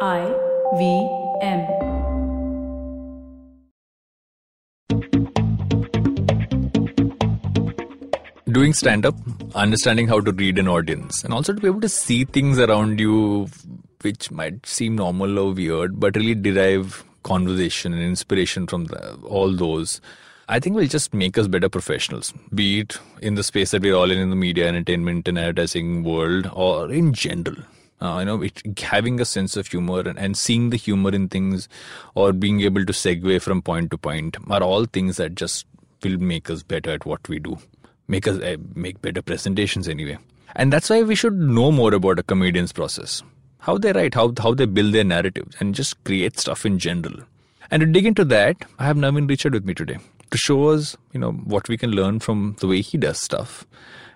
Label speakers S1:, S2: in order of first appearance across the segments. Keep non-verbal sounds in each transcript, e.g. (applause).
S1: I V M.
S2: doing stand up, understanding how to read an audience, and also to be able to see things around you which might seem normal or weird, but really derive conversation and inspiration from the, all those. I think will just make us better professionals, be it in the space that we're all in, in the media, entertainment, and advertising world, or in general. Uh, you know, it, having a sense of humor and, and seeing the humor in things, or being able to segue from point to point, are all things that just will make us better at what we do make us uh, make better presentations anyway and that's why we should know more about a comedian's process how they write how, how they build their narratives and just create stuff in general and to dig into that i have navin richard with me today to show us you know what we can learn from the way he does stuff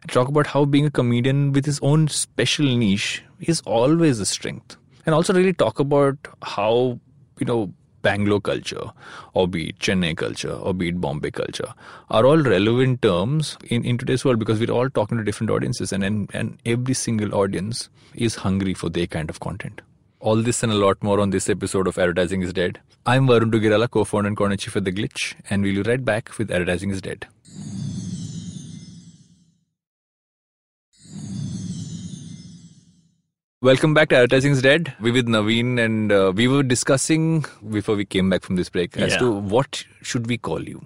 S2: and talk about how being a comedian with his own special niche is always a strength and also really talk about how you know Bangalore culture, or be it Chennai culture, or be it Bombay culture, are all relevant terms in, in today's world because we're all talking to different audiences, and, and, and every single audience is hungry for their kind of content. All this and a lot more on this episode of Advertising is Dead. I'm Varun Dugirala, co founder and corner chief at The Glitch, and we'll be right back with Advertising is Dead. Welcome back to Advertising is Dead. We're with Naveen, and uh, we were discussing before we came back from this break as
S3: Yeah.
S2: to what should we call you.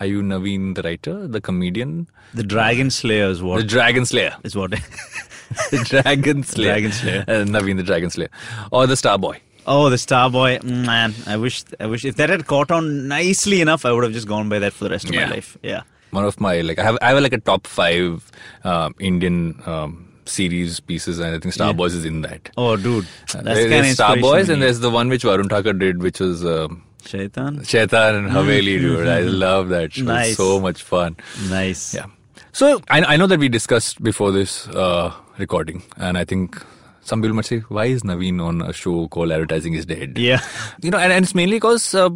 S2: Are you Naveen the writer, the comedian,
S3: The Dragon Slayer is what
S2: the
S3: is
S2: Dragon Slayer, (laughs)
S3: what. (laughs)
S2: the Dragon Slayer,
S3: Dragon Slayer.
S2: uh, Naveen the Dragon Slayer, or the Star Boy?
S3: oh, the Starboy. Man, I wish. I wish if that had caught on nicely enough, I would have just gone by that for the rest of
S2: Yeah.
S3: my life. Yeah.
S2: One of my like I have I have like a top five um, Indian um, series pieces, and I think Star Boys is in that.
S3: Oh, dude, that's
S2: Uh,
S3: kind
S2: there-
S3: of
S2: there's Star Boys, and there's the one which Varun Thakur did, which was. Um,
S3: Shaitan.
S2: Chetan and Haveli, dude.
S3: (laughs)
S2: I love that show.
S3: Nice.
S2: So much fun.
S3: Nice.
S2: Yeah. So I, I know that we discussed before this uh, recording, and I think some people might say, why is Naveen on a show called Advertising is Dead?
S3: Yeah. (laughs)
S2: You know, and, and it's mainly because uh,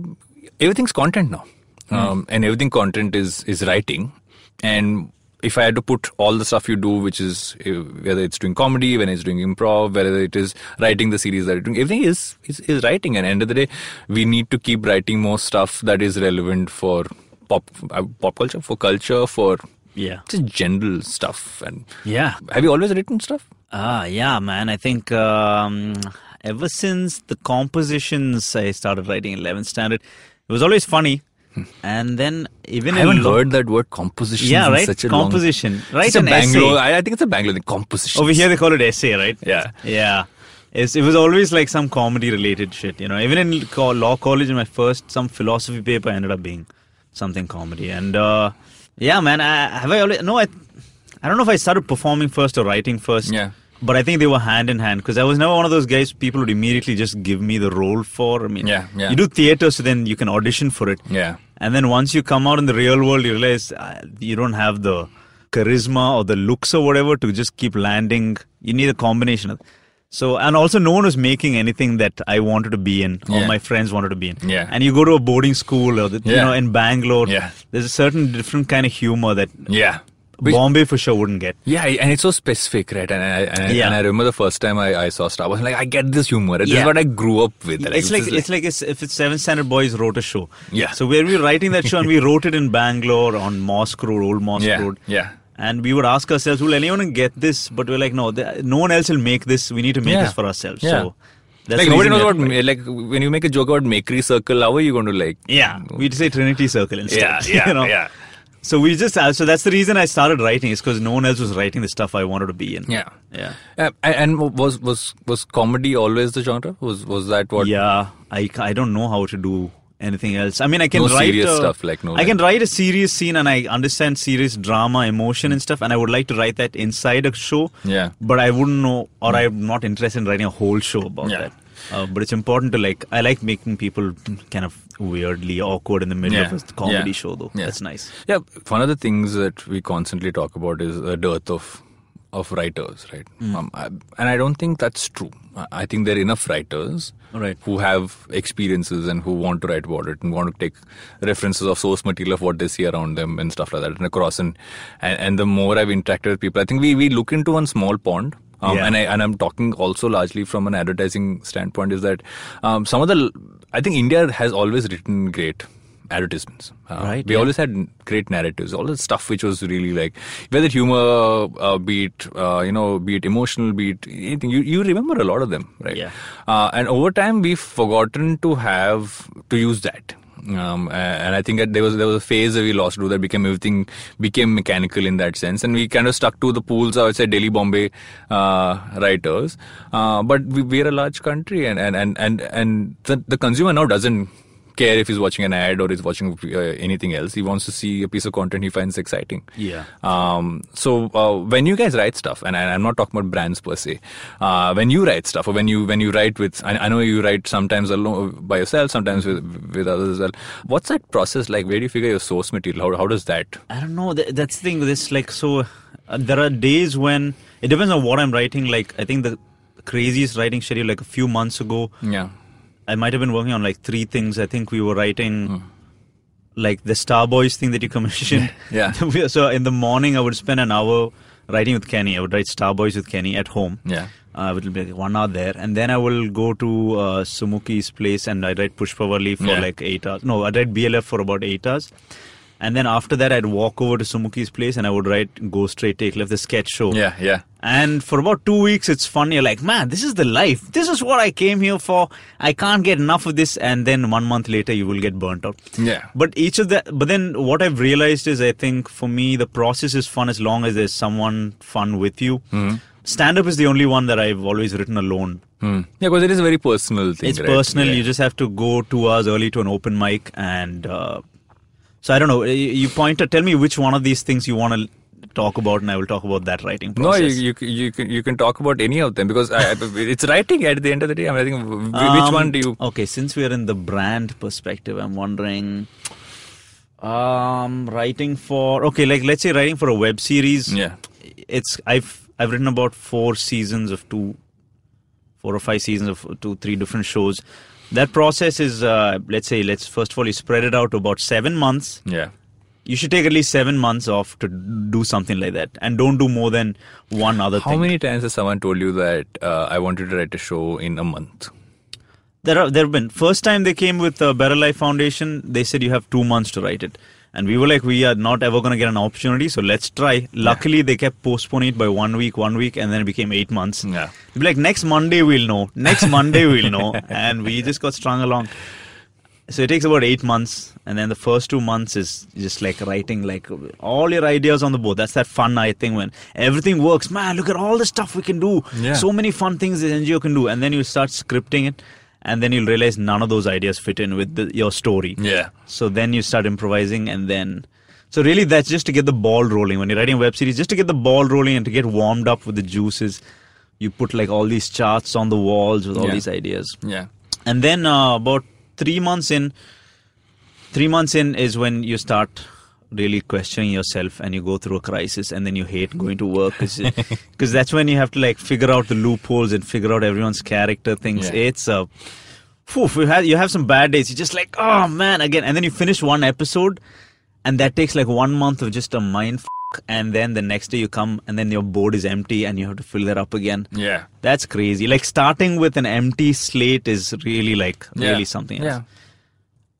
S2: everything's content now, um, and everything content is is writing, and if I had to put all the stuff you do, which is uh, whether it's doing comedy, whether it's doing improv, whether it is writing the series that you're doing, everything is, is is writing. And end of the day, we need to keep writing more stuff that is relevant for pop uh, pop culture, for culture, for
S3: Yeah.
S2: just general stuff. And
S3: Yeah.
S2: have you always written stuff?
S3: Ah, yeah, man. I think um, ever since the compositions I started writing in 11th standard, it was always funny. And then even
S2: Hmm. I
S3: in
S2: haven't
S3: lo-
S2: heard that word composition.
S3: Yeah,
S2: in
S3: right?
S2: Such a long-
S3: Composition. Write
S2: It's a
S3: an essay.
S2: Bangalore. I, I think it's a Bangalore thing. Composition.
S3: over here they call it essay, right?
S2: Yeah.
S3: Yeah. It's, it was always like some comedy related shit, you know. Even in co- law college, in my first some philosophy paper ended up being something comedy. And uh, yeah, man, I, have I always no, I, I don't know if I started performing first or writing first.
S2: Yeah.
S3: But I think they were hand in hand because I was never one of those guys people would immediately just give me the role for. I mean,
S2: Yeah, yeah.
S3: you do theater, so then you can audition for it.
S2: Yeah.
S3: And then once you come out in the real world, you realize uh, you don't have the charisma or the looks or whatever to just keep landing. You need a combination of. So and also no one was making anything that I wanted to be in or
S2: Yeah.
S3: my friends wanted to be in.
S2: Yeah.
S3: And you go to a boarding school or the, you
S2: Yeah.
S3: know in Bangalore,
S2: Yeah.
S3: there's a certain different kind of humor that
S2: Yeah. Which-
S3: Bombay for sure wouldn't get.
S2: yeah, and it's so specific, right? And I, and, I,
S3: Yeah.
S2: and I remember the first time I, I saw Star Wars, I'm like, I get this humor. This is
S3: Yeah.
S2: what I grew up with.
S3: It's like
S2: this is
S3: it's like it's, if it's seven standard boys wrote a show.
S2: Yeah.
S3: So where we were writing that show and
S2: (laughs)
S3: we wrote it in Bangalore on Mosque Road, Old Mosque
S2: yeah,
S3: Road.
S2: yeah.
S3: And we would ask ourselves, will anyone get this? But we're like, no, th- no one else will make this. We need to make
S2: Yeah.
S3: this for ourselves.
S2: Yeah.
S3: So that's
S2: like
S3: the
S2: nobody
S3: reason
S2: knows
S3: we
S2: about
S3: had-
S2: ma- like when you make a joke about Makery Circle, how are you going to like?
S3: Yeah, we'd say Trinity Circle
S2: yeah,
S3: instead.
S2: yeah,
S3: (laughs) you know?
S2: yeah,
S3: So we just uh, so that's the reason I started writing is because no one else was writing the stuff I wanted to be in.
S2: yeah,
S3: yeah,
S2: Uh, and- and was was was comedy always the genre? Was was that what?
S3: yeah. I, ca- I don't know how to do anything else. I mean, I can
S2: No
S3: write
S2: serious
S3: a-
S2: stuff, like, no,
S3: I can write a serious scene and I understand serious drama, emotion, and stuff. And I would like to write that inside a show.
S2: Yeah.
S3: but I wouldn't know, or I'm not interested in writing a whole show about
S2: Yeah.
S3: that. Uh, but it's important to like. I like making people kind of weirdly awkward in the middle
S2: Yeah.
S3: of a comedy
S2: Yeah.
S3: show, though.
S2: Yeah.
S3: That's nice.
S2: Yeah, one of the things that we constantly talk about is a dearth of of writers, right?
S3: Hmm.
S2: Um, I, and I don't think that's true. I- I think there are enough writers
S3: Right.
S2: who have experiences and who want to write about it and want to take references of source material of what they see around them and stuff like that and across. And and, and the more I've interacted with people, I think we, we look into one small pond Um,
S3: Yeah.
S2: And I and I'm talking also largely from an advertising standpoint is that um, some of the l- I think India has always written great advertisements. Uh,
S3: Right,
S2: We
S3: yeah.
S2: always had great narratives. All the stuff which was really like whether humor, uh, be it uh, you know, be it emotional, be it anything. You you remember a lot of them, right?
S3: Yeah.
S2: Uh, and over time, we've forgotten to have to use that. Um, a- and I think that there was there was a phase that we lost to that became everything became mechanical in that sense, and we kind of stuck to the pools. I would say Delhi, Bombay uh, writers, uh, but we, we're a large country, and and and and, and the, the consumer now doesn't care if he's watching an ad or he's watching uh, anything else. He wants to see a piece of content he finds exciting.
S3: Yeah.
S2: Um, so uh, when you guys write stuff, and I, I'm not talking about brands per se, uh, when you write stuff, or when you when you write with, I, I know you write sometimes alone by yourself, sometimes with with others as well. What's that process like? Where do you figure your source material? How how does that?
S3: I don't know. Th- That's the thing. with This like so, uh, there are days when it depends on what I'm writing. Like I think the craziest writing schedule like a few months ago,
S2: Yeah.
S3: I might have been working on like three things. I think we were writing like the Starboys thing that you commissioned.
S2: (laughs) Yeah.
S3: (laughs) We- so in the morning, I would spend an hour writing with Kenny. I would write Starboys with Kenny at home.
S2: Yeah.
S3: Uh, it will be like one hour there, and then I will go to uh, Sumuki's place and I write Pushpavalli for
S2: Yeah.
S3: like eight hours. No, I write BLF for about eight hours, and then after that I'd walk over to Sumuki's place and I would write Go Straight Take Left, the sketch show.
S2: Yeah. Yeah.
S3: And for about two weeks, it's fun. You're like, man, this is the life. This is what I came here for. I can't get enough of this. And then one month later, you will get burnt out.
S2: Yeah.
S3: But each of the, but then what I've realized is I think for me, the process is fun as long as there's someone fun with you.
S2: Mm-hmm.
S3: Stand up is the only one that I've always written alone.
S2: Hmm. Yeah, because it is a very personal thing.
S3: It's
S2: right?
S3: personal.
S2: Yeah.
S3: You just have to go two hours early to an open mic, and uh, so I don't know. You you point to tell me which one of these things you want to talk about, and I will talk about that writing
S2: No,
S3: process.
S2: you, you c- you can you can talk about any of them because I, I- it's writing at the end of the day. I mean, I think w- w- which
S3: Um,
S2: one do you?
S3: Okay, since we are in the brand perspective, I'm wondering, um, writing for okay, like let's say writing for a web series.
S2: Yeah.
S3: it's I've I've written about four seasons of two, four or five seasons of two, three different shows. That process is uh, let's say let's first of all you spread it out to about seven months.
S2: Yeah.
S3: You should take at least seven months off to do something like that, and don't do more than one other
S2: How
S3: thing.
S2: many times has someone told you that uh, I wanted to write a show in a month?
S3: There are there have been first time they came with uh, Better Life Foundation. They said you have two months to write it, and we were like, we are not ever going to get an opportunity, so let's try. Luckily, they kept postponing it by one week, one week, and then it became eight months.
S2: Yeah.
S3: They'd be like next Monday we'll know, next Monday
S2: (laughs)
S3: we'll know, and we just got strung along. So it takes about eight months, and then the first two months is just like writing like all your ideas on the board. That's that fun I think when everything works. Man, look at all the stuff we can do.
S2: Yeah.
S3: So many fun things this NGO can do, and then you start scripting it, and then you'll realize none of those ideas fit in with the, your story.
S2: Yeah.
S3: So then you start improvising, and then so really that's just to get the ball rolling when you're writing a web series, just to get the ball rolling and to get warmed up with the juices. You put like all these charts on the walls with all
S2: Yeah.
S3: these ideas,
S2: Yeah.
S3: and then uh, about three months in, three months in is when you start really questioning yourself and you go through a crisis and then you hate going to work because that's when you have to like figure out the loopholes and figure out everyone's character things
S2: Yeah.
S3: it's a phew, you have you have some bad days you're just like oh man again and then you finish one episode and that takes like one month of just a mind f- and then the next day you come and then your board is empty and you have to fill that up again
S2: Yeah.
S3: that's crazy. Like starting with an empty slate is really like
S2: Yeah.
S3: really something else.
S2: Yeah.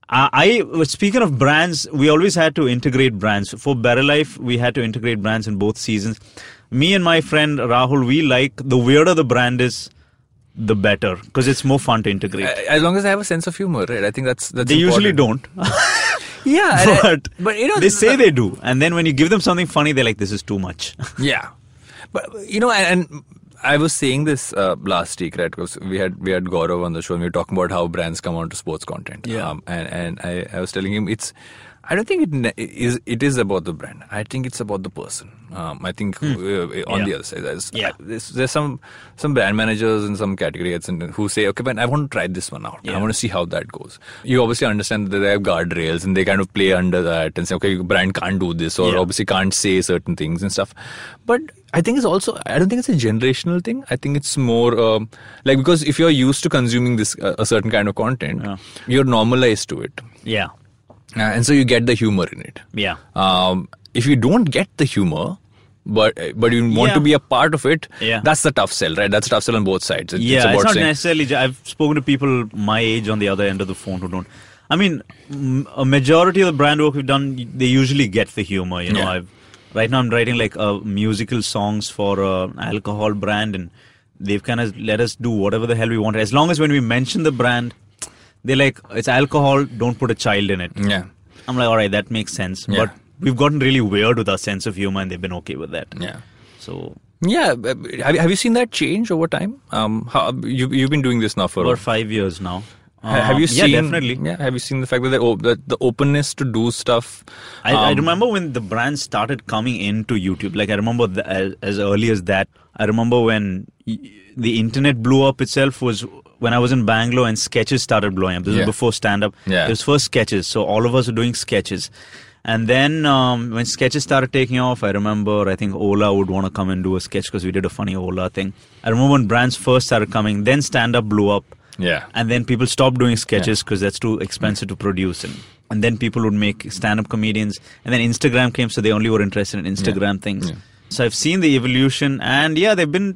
S3: I, I speaking of brands, we always had to integrate brands. For Better Life, we had to integrate brands in both seasons. Me and my friend Rahul, we like the weirder the brand is, the better because it's more fun to integrate.
S2: A- As long as I have a sense of humor, right? I think that's that's.
S3: they usually
S2: Uh, important.
S3: don't,
S2: (laughs) Yeah, and I-
S3: (laughs) but,
S2: (laughs) but you know
S3: they say they do, and then when you give them something funny, they're like, "This is too much." (laughs)
S2: Yeah, but you know, and, and I was saying this uh, last week, right? Because we had we had Gaurav on the show, and we were talking about how brands come onto sports content.
S3: Yeah.
S2: um, and and I, I was telling him it's. I don't think it ne- is. It is about the brand. I think it's about the person. Um, I think uh, on
S3: Hmm. Yeah.
S2: the other side, there's,
S3: Yeah.
S2: there's, there's some some brand managers in some categories and who say, okay, man, I want to try this one out. I
S3: Yeah.
S2: want to see how that goes. You obviously understand that they have guardrails and they kind of play under that and say, okay, your brand can't do this or
S3: Yeah.
S2: obviously can't say certain things and stuff. But I think it's also I don't think it's a generational thing. I think it's more um, like because if you're used to consuming this uh, a certain kind of content,
S3: Yeah.
S2: you're normalized to it,
S3: yeah,
S2: Uh, and so you get the humor in it.
S3: yeah.
S2: Um, if you don't get the humor, but but you want
S3: Yeah.
S2: to be a part of it.
S3: Yeah.
S2: That's the tough sell, right? That's a tough sell on both sides. It-
S3: yeah,
S2: it's
S3: it's,
S2: about
S3: not
S2: saying,
S3: necessarily. ju- I've spoken to people my age on the other end of the phone who don't. I mean, m- a majority of the brand work we've done, they usually get the humor. You know,
S2: Yeah.
S3: I've right now I'm writing like uh, musical songs for uh, alcohol brand, and they've kind of let us do whatever the hell we wanted, as long as when we mention the brand, they're like, it's alcohol. Don't put a child in it.
S2: yeah,
S3: I'm like, all right, that makes sense.
S2: Yeah.
S3: But we've gotten really weird with our sense of humor, and they've been okay with that.
S2: yeah.
S3: So
S2: Yeah, but- but have, you- have you seen that change over time? Um, how, you, you've been doing this now for a
S3: about five years now.
S2: Ha- have you
S3: Um,
S2: seen?
S3: Yeah, definitely.
S2: Yeah, have you seen the fact that, oh, that the openness to do stuff?
S3: I, I
S2: um,
S3: remember when the brand started coming into YouTube. Like I remember th- as, as early as that. I remember when y- the internet blew up itself was when I was in Bangalore and sketches started blowing up. This
S2: Yeah.
S3: was before stand up.
S2: Yeah.
S3: It was first sketches, so all of us were doing sketches. And then um, when sketches started taking off, I remember I think Ola would want to come and do a sketch because we did a funny Ola thing. I remember when brands first started coming, then stand up blew up
S2: Yeah,
S3: and then people stopped doing sketches because that's too expensive to produce and and then people would make stand-up comedians and then instagram came so they only were interested in instagram things so i've seen the evolution and yeah they've been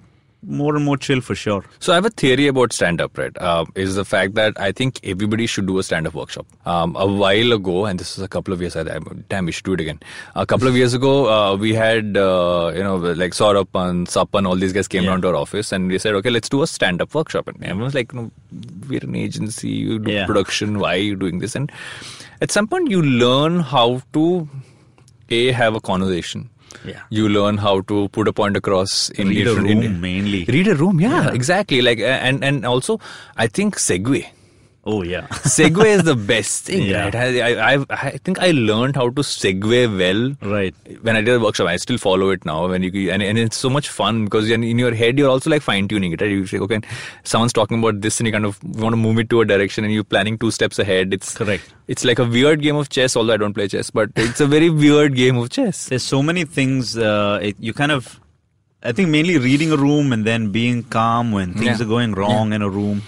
S3: more and more chill for sure
S2: So I have a theory about stand-up, right? Uh, is the fact that I think everybody should do a stand-up workshop. Um, a while ago, and this was a couple of years, I, I, damn, we should do it again. A couple of years ago, uh, we had, uh, you know, like Saurabh and Sapan, all these guys came
S3: Yeah.
S2: down to our office and we said, okay, let's do a stand-up workshop. And everyone's like, no, we're an agency, you do
S3: Yeah.
S2: production, why are you doing this? And at some point, you learn how to, A, have a conversation.
S3: Yeah.
S2: You learn how to put a point across in
S3: Read a
S2: different- in-
S3: room mainly.
S2: Read a room, yeah, exactly. Like a- and and also, I think Segway.
S3: oh yeah
S2: Segway is the (laughs) best thing,
S3: Yeah.
S2: right? I, I I've- I think I learned how to Segway well.
S3: right
S2: When I did the workshop, I still follow it now. When you and, and it's so much fun because in, in your head you're also like fine tuning it. Right? You say, okay, someone's talking about this, and you kind of want to move it to a direction, and you're planning two steps ahead. It's
S3: Correct.
S2: It's like a weird game of chess. Although I don't play chess, but it's a very weird game of chess.
S3: there's so many things uh, it, you kind of i think mainly reading a room and then being calm when
S2: Mm,
S3: things
S2: Yeah.
S3: are going wrong in a room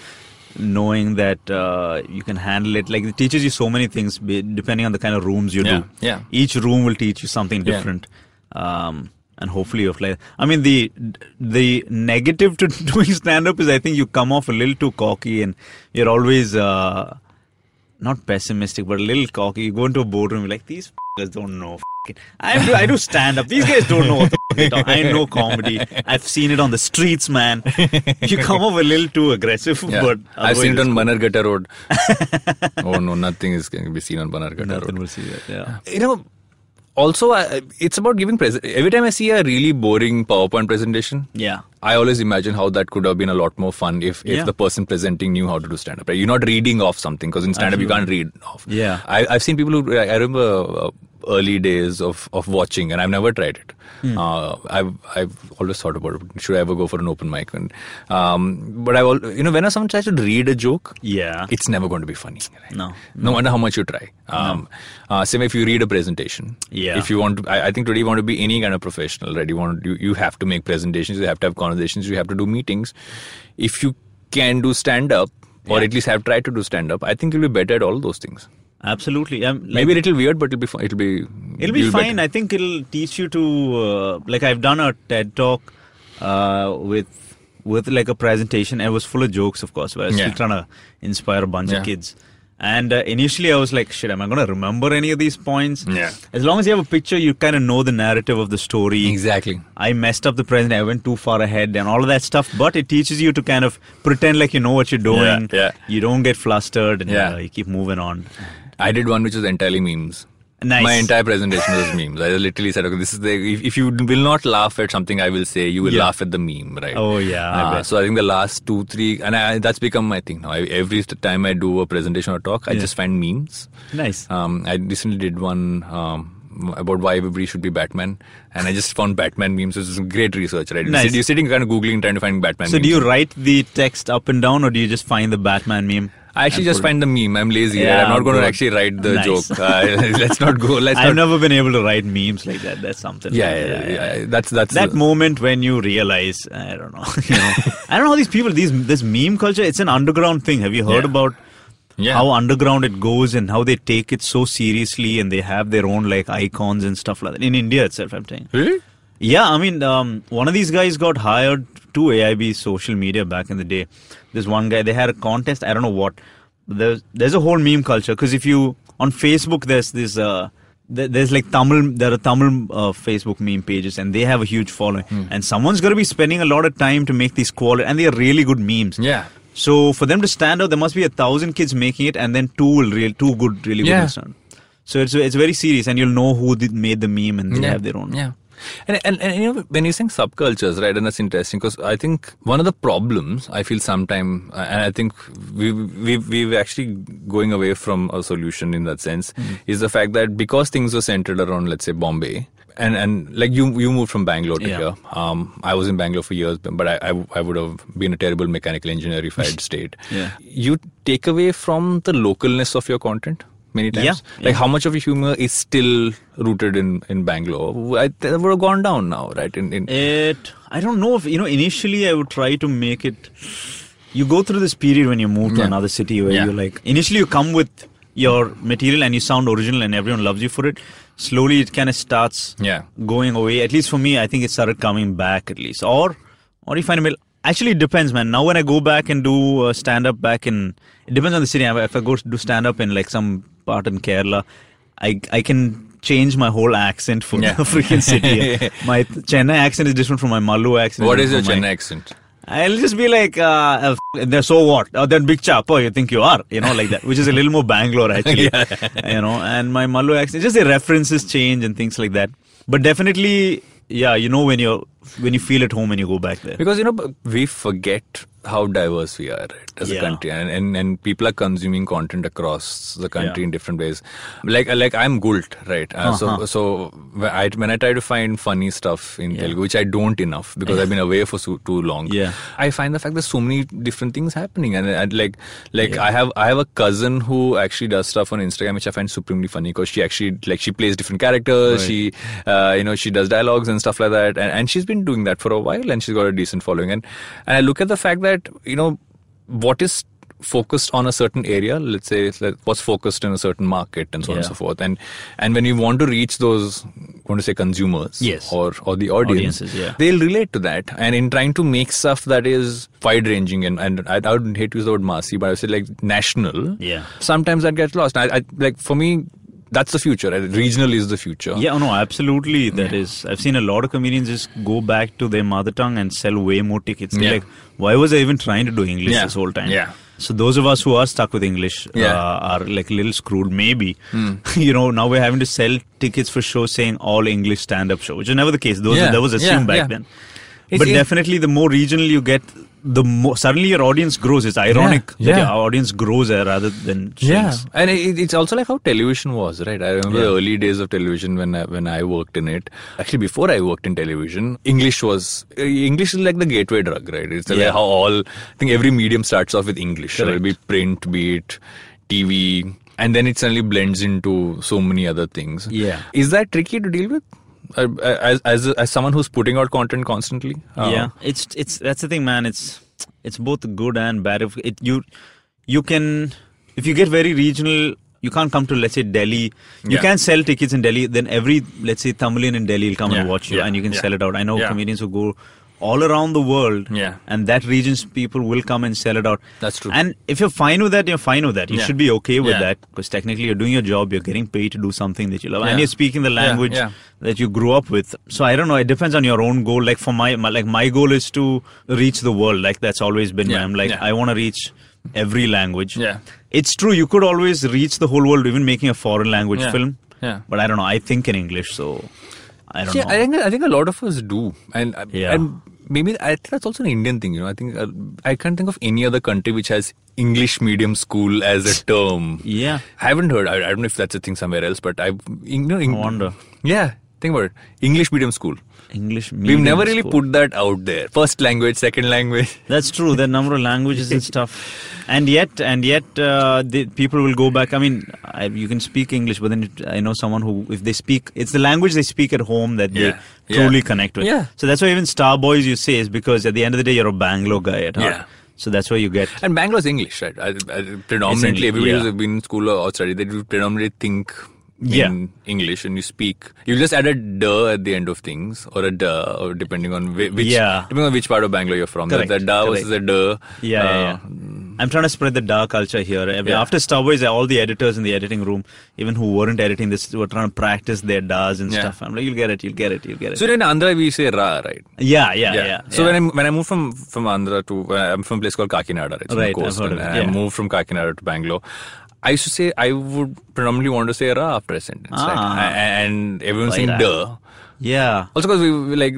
S3: knowing that uh, you can handle it like it teaches you so many things be- depending on the kind of rooms you
S2: Yeah.
S3: do
S2: Yeah.
S3: each room will teach you something
S2: Yeah.
S3: different um, and hopefully you're like i mean the the negative to (laughs) doing stand up is i think you come off a little too cocky and you're always uh, not pessimistic, but a little cocky. You go into a boardroom, you're like, these f***ers don't know. f***ing. I do, I do stand up. These guys don't know what the f- they talk. I know comedy. I've seen it on the streets, man. You come off a little too aggressive, (laughs)
S2: Yeah.
S3: but
S2: I've seen it on
S3: otherwise
S2: Banargatta Road.
S3: (laughs)
S2: oh no, nothing is going to be seen on Banargatta Road.
S3: nothing will see that. Yeah.
S2: you know also I, it's about giving present every time i see a really boring powerpoint presentation
S3: Yeah.
S2: i always imagine how that could have been a lot more fun if, if
S3: Yeah.
S2: the person presenting knew how to do stand up right? you're not reading off something because in stand up you can't read off
S3: Yeah.
S2: I, i've seen people who i, I remember uh, early days of, of watching and i've never tried it
S3: Hmm.
S2: uh, I've, I've always thought about it should i ever go for an open mic and um, but i al- you know when someone tries to read a joke
S3: Yeah.
S2: it's never going to be funny right?
S3: No.
S2: no matter how much you try. Um, uh, same if you read a presentation.
S3: Yeah.
S2: If you want, to, I, I think today you want to be any kind of professional, right? You want you, you have to make presentations, you have to have conversations, you have to do meetings. If you can do stand up, or
S3: Yeah.
S2: at least have tried to do stand up, I think you'll be better at all those things.
S3: Absolutely. Um, I'm, like,
S2: Maybe a little weird, but it'll be fun. It'll be
S3: It'll be
S2: you'll
S3: fine.
S2: better.
S3: I think it'll teach you to uh, like I've done a TED talk uh, with with like a presentation. and It was full of jokes, of course, but I was
S2: Yeah.
S3: still trying to inspire a bunch
S2: Yeah.
S3: of kids. And uh, initially, I was like, "Shit, am I going to remember any of these points?"
S2: Yeah.
S3: As long as you have a picture, you kind of know the narrative of the story.
S2: Exactly.
S3: I messed up the present. I went too far ahead and all of that stuff. But it teaches you to kind of pretend like you know what you're doing.
S2: yeah.
S3: You don't get flustered and
S2: Yeah.
S3: uh, you keep moving on.
S2: I did one which was entirely memes.
S3: Nice.
S2: My entire presentation was (laughs) memes. I literally said, okay, this is the, if, if you will not laugh at something I will say, you will
S3: Yeah.
S2: laugh at the meme, right?
S3: Oh, yeah, I
S2: Uh,
S3: bet.
S2: so I think the last two, three, and I, that's become my thing now. I, every time I do a presentation or talk, I just find memes.
S3: Nice.
S2: Um, I recently did one um, about why everybody should be Batman, and I just found Batman memes. It's great research, right? You're
S3: Nice.
S2: sit- You're sitting kind of googling, trying to find Batman.
S3: So
S2: memes.
S3: do you write the text up and down, or do you just find the Batman meme?
S2: I actually
S3: and
S2: just
S3: put it-
S2: find the meme. I'm lazy.
S3: Yeah,
S2: right? I'm not going to
S3: good.
S2: actually write the
S3: Nice.
S2: joke. Uh, (laughs) let's not go.
S3: (laughs)
S2: Let's
S3: I've
S2: not
S3: never been able to write memes like that. That's something.
S2: yeah, yeah, yeah, yeah. That's that's
S3: That
S2: the-
S3: moment when you realize, I don't know, (laughs) you know, I don't know how these people, these this meme culture, it's an underground thing. Have you heard
S2: Yeah.
S3: about
S2: Yeah.
S3: how underground it goes and how they take it so seriously and they have their own like icons and stuff like that in India itself? I'm saying.
S2: really?
S3: Yeah, I mean, um, one of these guys got hired to AIB social media back in the day. This one guy, they had a contest. I don't know what. There's there's a whole meme culture because if you on Facebook, there's this. Uh, there- there's like Tamil, there are Tamil uh, Facebook meme pages, and they have a huge following.
S2: Hmm.
S3: And someone's going to be spending a lot of time to make these quality, and they are really good memes.
S2: Yeah.
S3: So for them to stand out, there must be a thousand kids making it, and then two will real, two good, really good
S2: Yeah.
S3: will stand. So it's it's very serious, and you'll know who did, made the meme, and they have their own.
S2: Yeah. And, and, and you know, when you're saying subcultures, right, and that's interesting because I think one of the problems I feel sometime, uh, and I think we, we, we're actually going away from a solution in that sense,
S3: Hmm.
S2: is the fact that because things were centered around, let's say, Bombay, and, and like you you moved from Bangalore to
S3: Yeah.
S2: here. Um, I was in Bangalore for years, but I, I, I would have been a terrible mechanical engineer if I
S3: (laughs)
S2: had stayed.
S3: Yeah.
S2: You take away from the localness of your content many times.
S3: Yeah,
S2: Like how much of your humor is still rooted in in Bangalore? I, that would have gone down now, right? In, in
S3: It. I don't know if you know. Initially, I would try to make it. You go through this period when you move to
S2: Yeah.
S3: another city where
S2: Yeah.
S3: you're like. Initially, you come with your material and you sound original, and everyone loves you for it. Slowly, it kind of starts.
S2: Yeah.
S3: Going away. At least for me, I think it started coming back. At least, or or if I will. Actually, it depends, man. Now, when I go back and do uh, stand up back in, it depends on the city. If I go do stand up in like some part in Kerala, I I can change my whole accent for
S2: Yeah.
S3: (laughs) the freaking
S2: (laughs)
S3: city. my Chennai accent is different from my Mallu accent.
S2: what is your
S3: from
S2: Chennai
S3: oh my-
S2: accent?
S3: I'll just be like, uh, uh, f- they're so what? Oh, that big chap. Oh, you think you are? You know, like that, which is a little
S2: (laughs)
S3: more Bangalore actually. You know, and my Mallu accent, just the references change and things like that. But definitely, yeah, you know when you're when you feel at home when you go back there.
S2: Because you know we forget how diverse we are right, as
S3: Yeah.
S2: a country, and, and and people are consuming content across the country
S3: Yeah. Uh-huh.
S2: in different ways. Like like I'm Gult, right? Uh, So so when I, when I try to find funny stuff in Telugu, which I don't enough because I've been away for so, too long.
S3: Yeah.
S2: I find the fact there's so many different things happening, and, and like like I have I have a cousin who actually does stuff on Instagram, which I find supremely funny because she actually like she plays different characters, she uh, you know she does dialogues and stuff like that, and, and she's been doing that for a while, and she's got a decent following, and and I look at the fact that you know what is focused on a certain area let's say it's like what's focused in a certain market and so on and
S3: Yeah.
S2: so forth and and when you want to reach those want to say consumers
S3: Yes.
S2: or or the audience
S3: Audiences, yeah.
S2: they'll relate to that and in trying to make stuff that is wide ranging and, and I, I would hate to use the word massy but I would say like national
S3: Yeah.
S2: sometimes that gets lost I, I like for me that's the future right? regional is the future
S3: Yeah, oh, no, absolutely. That is- I've seen a lot of comedians just go back to their mother tongue and sell way more tickets. They're
S2: Yeah.
S3: Like, why was I even trying to do English
S2: Yeah.
S3: this whole time?
S2: Yeah.
S3: So those of us who are stuck with English
S2: Yeah. Hmm.
S3: uh, are like a little screwed, maybe. (laughs) you know, now we're having to sell tickets for shows saying all English stand-up show, which is never the case. Those
S2: Yeah.
S3: that was
S2: Yeah.
S3: assumed back
S2: Yeah.
S3: then.
S2: It's-
S3: but
S2: it-
S3: definitely, the more regional you get, the more suddenly your audience grows. It's ironic that
S2: Yeah.
S3: your audience grows uh, rather than
S2: Yeah,
S3: shrinks.
S2: and it, it's also like how television was, right? I remember the
S3: Yeah.
S2: early days of television when I, when I worked in it. Actually, before I worked in television, English was uh, English is like the gateway drug, right? It's like
S3: Yeah.
S2: how all I think every medium starts off with English, so it'll be print, be it TV, and then it suddenly blends into so many other things.
S3: Yeah.
S2: is that tricky to deal with? Uh, As as as someone who's putting out content constantly, Uh,
S3: yeah, it's it's that's the thing, man. It's it's both good and bad. If it you you can if you get very regional, you can't come to let's say Delhi. You
S2: Yeah.
S3: can sell tickets in Delhi. Then every let's say Tamilian in Delhi will come and
S2: Yeah,
S3: watch you,
S2: yeah,
S3: and you can
S2: yeah.
S3: sell it out. I know
S2: Yeah.
S3: comedians who go all around the world,
S2: Yeah.
S3: and that region's people will come and sell it out.
S2: That's true.
S3: And if you're fine with that, you're fine with that. You
S2: Yeah.
S3: should be okay with
S2: Yeah.
S3: that because technically you're doing your job. You're getting paid to do something that you love, and
S2: Yeah.
S3: you're speaking the
S2: Yeah,
S3: language
S2: yeah.
S3: that you grew up with so i don't know it depends on your own goal like for my, my like my goal is to reach the world like that's always been my
S2: Yeah,
S3: i'm like
S2: yeah.
S3: i want to reach every language
S2: Yeah.
S3: it's true you could always reach the whole world even making a foreign language
S2: Yeah,
S3: film
S2: yeah.
S3: but i don't know i think in english so i don't
S2: yeah,
S3: know
S2: I think I think a lot of us do, and uh,
S3: Yeah.
S2: and maybe I think that's also an Indian thing. You know, I think uh, I can't think of any other country which has English medium school as a term.
S3: Yeah.
S2: I haven't heard. I, I don't know if that's a thing somewhere else, but I you know, Eng-
S3: I wonder.
S2: Yeah, think about it. English medium school.
S3: english
S2: We've
S3: medium
S2: never really
S3: school.
S2: put that out there. First language, second language.
S3: That's true. The number of languages and stuff, and yet, and yet, uh, the people will go back. I mean, I, you can speak English, but then it, I know someone who, if they speak, it's the language they speak at home that
S2: Yeah.
S3: they
S2: Yeah.
S3: truly connect with.
S2: Yeah.
S3: So that's why even Star Boys you say is because at the end of the day you're a Bangalore guy at heart.
S2: Yeah.
S3: So that's why you get.
S2: And Bangalore's English, right? I, I, predominantly,
S3: English,
S2: everybody
S3: yeah.
S2: who's been in school or studied, they do predominantly think
S3: Yeah.
S2: in English and you speak, you just add a duh at the end of things or a duh, or depending on whi- which
S3: Yeah.
S2: depending on which part of Bangalore you're from. There's
S3: Correct,
S2: a duh
S3: correct.
S2: versus a duh.
S3: Yeah, yeah, yeah.
S2: Uh,
S3: I'm trying to spread the dark culture here. Every-
S2: Yeah.
S3: After Starboys, all the editors in the editing room, even who weren't editing this, were trying to practice their das and
S2: Yeah.
S3: stuff. I'm like, you'll get it, you'll get it, you'll get it.
S2: So in Andhra we say ra, right?
S3: yeah, yeah, yeah.
S2: So
S3: yeah.
S2: when I when I moved from from Andhra to when I- I'm from a place called Kakinada, right? It's on the
S3: Right, I've
S2: coast,
S3: heard of
S2: and
S3: it,
S2: I
S3: yeah.
S2: moved from Kakinada to Bangalore. I used to say I would predominantly want to say ra after a sentence,
S3: Ah.
S2: right? A- and everyone
S3: Why
S2: saying
S3: ra?
S2: duh.
S3: yeah.
S2: Also, because we, we like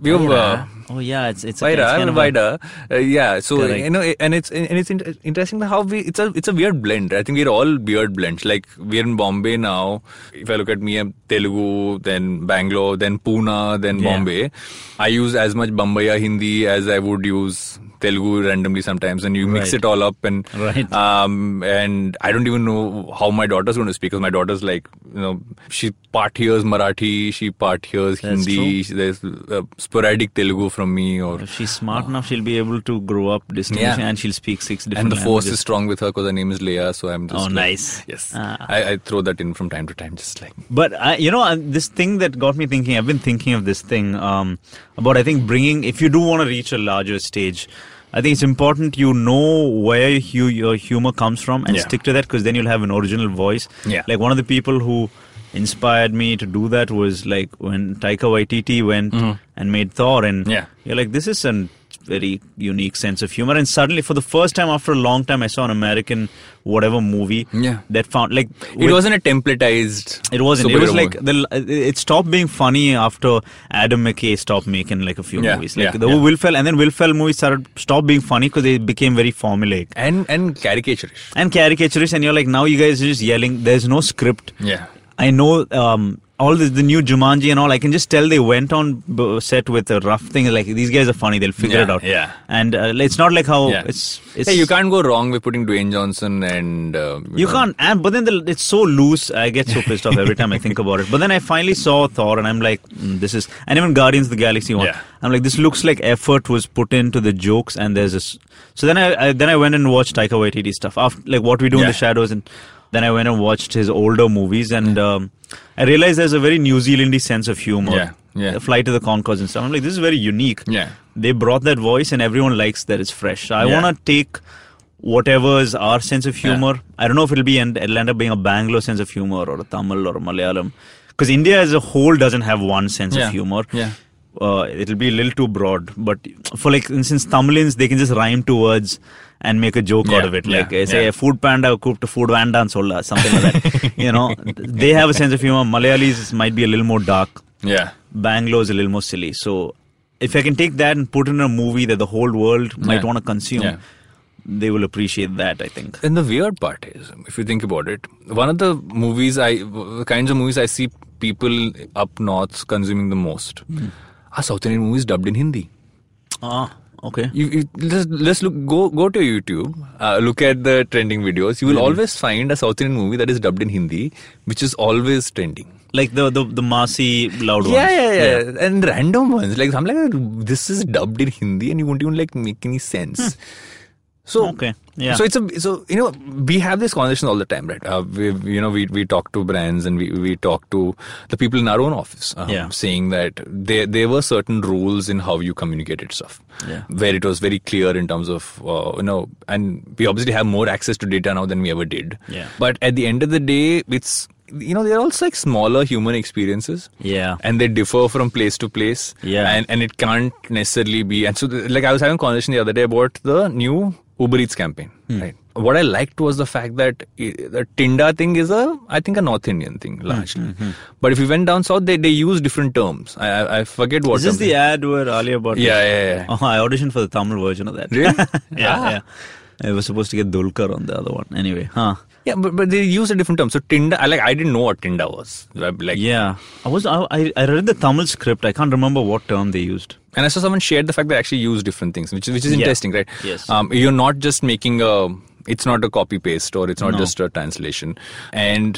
S2: we were. Uh,
S3: oh yeah, it's it's,
S2: Vaira,
S3: it's kind of a-
S2: Vaida, uh, yeah. So
S3: Correct.
S2: you know, and it's and it's inter- interesting how we it's a it's a weird blend. I think we're all weird blends. Like we're in Bombay now. If I look at me, I'm Telugu, then Bangalore, then Pune, then
S3: Yeah.
S2: Bombay. I use as much Bombaya Hindi as I would use Telugu randomly sometimes, and you mix
S3: Right.
S2: it all up. And
S3: Right.
S2: um, and I don't even know how my daughter's going to speak because my daughter's like you know she part hears Marathi, she part hears
S3: That's
S2: Hindi.
S3: true.
S2: She- There's uh, sporadic Telugu from me or
S3: If she's smart enough, she'll be able to grow up distinguishing,
S2: Oh. Yeah.
S3: and she'll speak six
S2: and
S3: different.
S2: the force is
S3: languages.
S2: strong with her because her name is Leia, so I'm just
S3: Oh,
S2: like-
S3: nice.
S2: Yes,
S3: Ah.
S2: I, I throw that in from time to time, just like
S3: But I, you know, uh, this thing that got me thinking. I've been thinking of this thing um, about. I think bringing, if you do want to reach a larger stage, I think it's important you know where you, your humor comes from and
S2: Yeah.
S3: stick to that because then you'll have an original voice.
S2: Yeah.
S3: Like one of the people who inspired me to do that was like when Taika Waititi went and made Thor, and
S2: Mm-hmm. Yeah.
S3: you're like, this is a very unique sense of humor. And suddenly, for the first time after a long time, I saw an American whatever movie
S2: Yeah.
S3: that found like
S2: it
S3: with-
S2: wasn't a templatized.
S3: it wasn't. It
S2: superhero
S3: was like
S2: movie.
S3: the it stopped being funny after Adam McKay stopped making like a few
S2: Yeah,
S3: movies, like
S2: yeah,
S3: the
S2: yeah.
S3: Will Ferrell, and then Will Ferrell movies started stopped being funny because they became very formulaic
S2: and and caricaturish.
S3: and caricaturish. And you're like, now you guys are just yelling. There's no script.
S2: Yeah,
S3: I know um, all the, the new Jumanji and all. I can just tell they went on b- set with a rough thing. Like these guys are funny. They'll figure
S2: Yeah,
S3: it out.
S2: yeah.
S3: And uh, it's not like how
S2: yeah.
S3: it's. it's
S2: hey, you can't go wrong with putting Dwayne Johnson and uh,
S3: You
S2: know,
S3: can't, and but then the, it's so loose. I get so pissed off every time I think about it. But then I finally saw Thor, and I'm like, mm, this is, and even Guardians of the Galaxy one.
S2: Yeah.
S3: I'm like, this looks like effort was put into the jokes, and there's this. So then I, I then I went and watched Taika Waititi stuff after, like what we do in the
S2: Yeah.
S3: shadows, and then I went and watched his older movies, and um, I realized there's a very New Zealandy sense of humor.
S2: Yeah, yeah.
S3: The Flight of the Concords and stuff. I'm like, this is very unique
S2: Yeah.
S3: they brought that voice and everyone likes that it's fresh. So I
S2: Yeah.
S3: want to take whatever is our sense of humor. I don't know if it'll be end, it'll end up being a Bangalore sense of humor or a Tamil or a Malayalam, because India as a whole doesn't have one sense
S2: Yeah.
S3: of humor.
S2: Yeah.
S3: Uh, it'll be a little too broad, but for like instance, Tamilins they can just rhyme two words and make a joke out
S2: Yeah,
S3: of it.
S2: yeah,
S3: Like I say,
S2: yeah.
S3: food panda cooked food vanda solla something like
S2: (laughs)
S3: that. you know, they have a sense of humor. Malayalis might be a little more dark.
S2: yeah.
S3: Bangalore is a little more silly. So if I can take that and put it in a movie that the whole world might
S2: Yeah.
S3: want to consume,
S2: Yeah.
S3: they will appreciate that. I think.
S2: And the weird part is, if you think about it, one of the movies I, the kinds of movies I see people up north consuming the most
S3: Hmm.
S2: are South Indian movies dubbed in Hindi.
S3: Ah, okay.
S2: You, you let's, let's look go go to YouTube, uh, look at the trending videos. You will always find a South Indian movie that is dubbed in Hindi, which is always trending.
S3: Like the the the massy loud ones.
S2: Yeah, yeah, yeah, and random ones. Like I'm like, this is dubbed in Hindi, and you won't even like make any sense. So
S3: Hmm. Okay, yeah.
S2: So it's a so you know we have this conversation all the time, right? Uh, we you know we we talk to brands and we we talk to the people in our own office, um,
S3: Yeah.
S2: saying that there there were certain rules in how you communicated stuff,
S3: Yeah.
S2: where it was very clear in terms of uh, you know, and we obviously have more access to data now than we ever did.
S3: Yeah.
S2: But at the end of the day, it's you know they're also like smaller human experiences
S3: Yeah.
S2: and they differ from place to place
S3: Yeah.
S2: and and it can't necessarily be and so the, like i was having a conversation the other day about the new uber eats campaign
S3: Hmm.
S2: right what i liked was the fact that i- the tinda thing is a i think a north indian thing
S3: Hmm,
S2: largely but if you went down south they, they use different terms i i, I forget what
S3: Is this
S2: terms
S3: the ad where Ali about?
S2: yeah yeah yeah
S3: Oh, I auditioned for the Tamil version of that.
S2: Really?
S3: (laughs) yeah,
S2: Ah.
S3: yeah. I was supposed to get Dulkar on the other one. Anyway, huh?
S2: yeah but, but they use a different term so tinda i like i didn't know what tinda was like
S3: Yeah. I was I I I read the Tamil script. I can't remember what term they used.
S2: And I saw someone shared the fact that I actually use different things, which is which is
S3: Yeah.
S2: interesting, right?
S3: Yes.
S2: Um, you're not just making a. It's not a copy paste, or it's not
S3: No.
S2: just a translation. And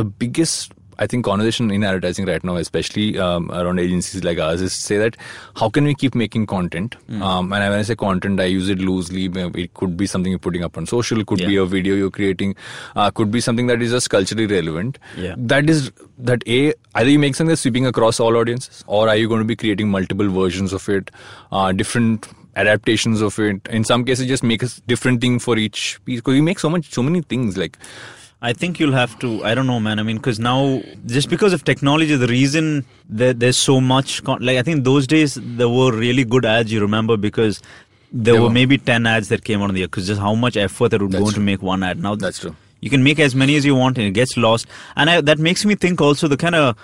S2: the biggest I think conversation in advertising right now, especially um, around agencies like ours, is to say that how can we keep making content?
S3: Hmm.
S2: Um, and when I say content, I use it loosely. It could be something you're putting up on social, it could be
S3: Yeah.
S2: a video you're creating, uh, could be something that is just culturally relevant.
S3: Yeah.
S2: That is that a either you make something that's sweeping across all audiences, or are you going to be creating multiple versions of it, uh, different adaptations of it? In some cases, just make a s- different thing for each piece because you make so much, so many things like.
S3: I think you'll have to. I don't know, man. I mean, because now, just because of technology, the reason that there's so much, con- like I think those days there were really good ads. You remember because there
S2: There
S3: were
S2: were.
S3: maybe ten ads that came out on the air. Because just how much effort that would go
S2: That's
S3: into
S2: true.
S3: make one ad. Now
S2: That's true.
S3: You can make as many as you want, and it gets lost. And I, that makes me think also the kind of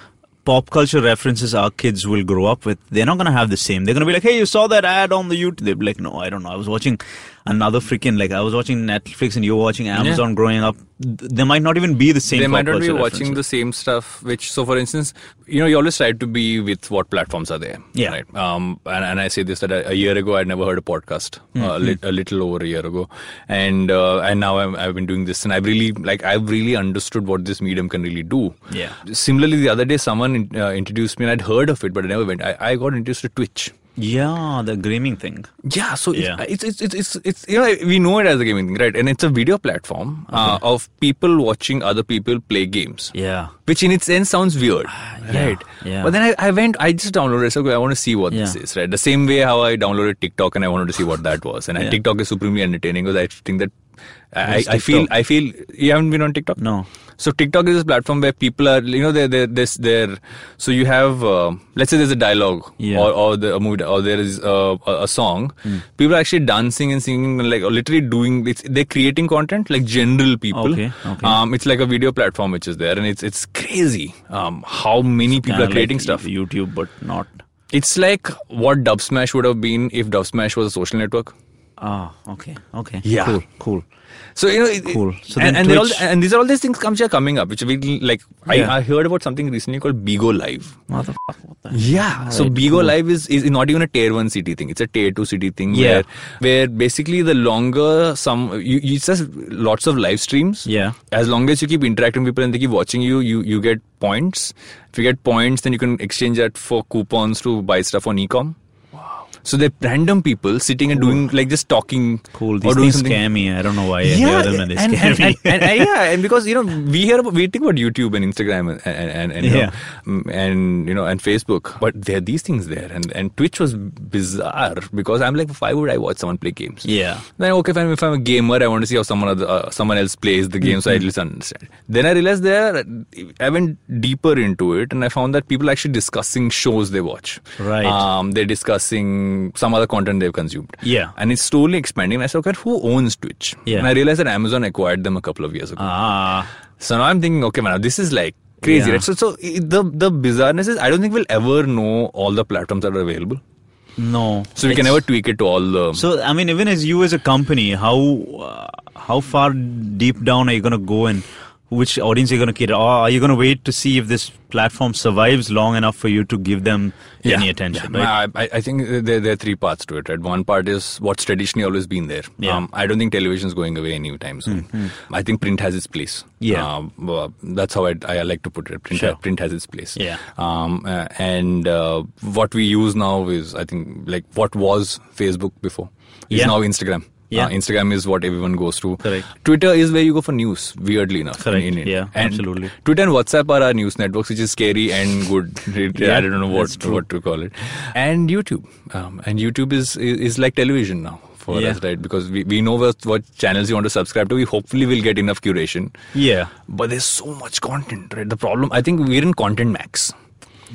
S3: pop culture references our kids will grow up with. They're not gonna have the same. They're gonna be like, "Hey, you saw that ad on the YouTube?" They'll be like, "No, I don't know. I was watching another freaking like I was watching Netflix, and you were watching Amazon." Growing up, th- they might not even be the same.
S2: they might
S3: pop
S2: not be
S3: culture
S2: watching the
S3: references.
S2: same stuff which so for instance you know you always try to be with what platforms are there
S3: Yeah.
S2: right um and, and i say this that a, a year ago i'd never heard a podcast uh, a, lit, a little over a year ago and uh, and now I'm, i've been doing this and i've really like i've really understood what this medium can really do
S3: Yeah.
S2: similarly the other day someone uh, introduced me and i'd heard of it but i never went i, I got introduced to twitch
S3: Yeah, the gaming thing.
S2: yeah, so it's-
S3: Yeah.
S2: It's, it's, it's, it's, it's, you know, we know it as a gaming thing, right? And it's a video platform uh, of people watching other people play games
S3: Yeah.
S2: which in its sense sounds weird,
S3: yeah,
S2: right?
S3: yeah.
S2: But then I, I went, I just downloaded it. So I want to see what this
S3: Yeah.
S2: is, right? The same way how I downloaded TikTok and I wanted to see what that was. And I-
S3: Yeah.
S2: TikTok is supremely entertaining because I think that I,
S3: is
S2: I feel
S3: TikTok?
S2: I feel you haven't been on TikTok.
S3: No.
S2: So TikTok is this platform where people are, you know, they're they're, this, they're so you have uh, let's say there's a dialogue
S3: Yeah. Hmm.
S2: or or the a movie or there is a, a, a song. People are actually dancing and singing and like or literally doing. It's, they're creating content like general people.
S3: Okay, okay.
S2: Um, it's like a video platform which is there, and it's it's crazy um, how many people
S3: Kinda
S2: are creating
S3: like
S2: stuff.
S3: YouTube, but not.
S2: It's like what Dub Smash would have been if Dub Smash was a social network.
S3: Ah, okay, okay.
S2: Yeah.
S3: Cool, cool.
S2: So you know, it- it-
S3: Cool. So
S2: and,
S3: then
S2: and, they're all,
S3: Twitch-
S2: and these are all these things comes are coming up, which we like.
S3: Yeah.
S2: I, I heard about something recently called Bigo Live.
S3: Motherfucker, what the
S2: Yeah. so
S3: Alright,
S2: Bigo
S3: cool.
S2: Live is, is not even a tier one city thing. It's a tier two city thing.
S3: Yeah.
S2: Where, where basically the longer some you, you it's just lots of live streams.
S3: Yeah.
S2: As long as you keep interacting with people and they keep watching you, you you get points. If you get points, then you can exchange that for coupons to buy stuff on ecom. Wow. So they're random people sitting and doing like just talking
S3: Cool.
S2: or
S3: These
S2: doing
S3: things
S2: something
S3: scare me. I don't know why I hear them and they
S2: and,
S3: scare
S2: and,
S3: me.
S2: and, and- and- yeah, and because you know we hear about, we think about YouTube and Instagram and and and, and, you know,
S3: Yeah.
S2: mm, and you know and Facebook, but there are these things there, and and Twitch was bizarre because I'm like, why would I watch someone play games?
S3: yeah.
S2: Then okay, fine. If I'm a gamer, I want to see how someone other, uh, someone else plays the game, so I
S3: Mm-hmm.
S2: at least understand. Then I realized there, I went deeper into it, and I found that people are actually discussing shows they watch.
S3: Right.
S2: Um, they're discussing some other content they've consumed.
S3: Yeah.
S2: And it's slowly expanding. And I said, okay, who owns Twitch?
S3: Yeah.
S2: And I realized that Amazon acquired them a couple of years ago.
S3: (laughs) Ah.
S2: So now I'm thinking, okay, man, this is like crazy.
S3: Yeah.
S2: Right? So, so i- the the bizarreness is, I don't think we'll ever know all the platforms that are available.
S3: No.
S2: So we can
S3: It's-
S2: never tweak it to all the.
S3: So I mean, even as you as a company, how uh, how far deep down are you going to go and which audience you're going to cater? Or are you going to wait to see if this platform survives long enough for you to give them any attention?
S2: yeah.
S3: Right?
S2: I, I- I think there, there are three parts to it. Right? One part is what's traditionally always been there. Um,
S3: Yeah. Hmm,
S2: I don't think television's going away anytime soon. I think print has its place.
S3: Yeah.
S2: Um, well, that's how I, I like to put it. Print,
S3: Sure.
S2: print has its place.
S3: Yeah.
S2: Um, uh, and uh, what we use now is, I think, like what was Facebook before is
S3: Yeah.
S2: now Instagram.
S3: Yeah.
S2: Uh, Instagram is what everyone goes to.
S3: Correct.
S2: Twitter is where you go for news, weirdly enough. in
S3: Correct.
S2: India.
S3: Yeah,
S2: And
S3: absolutely.
S2: Twitter and WhatsApp are our news networks, which is scary and good. (laughs) It-
S3: Yeah,
S2: I don't know
S3: that's
S2: what
S3: true.
S2: what to call it. And YouTube, um, and YouTube is, is is like television now for
S3: Yeah.
S2: us, right? Because we, we know what, what channels you want to subscribe to. We hopefully will get enough curation,
S3: yeah.
S2: but there's so much content, right? The problem, I think, we're in content max.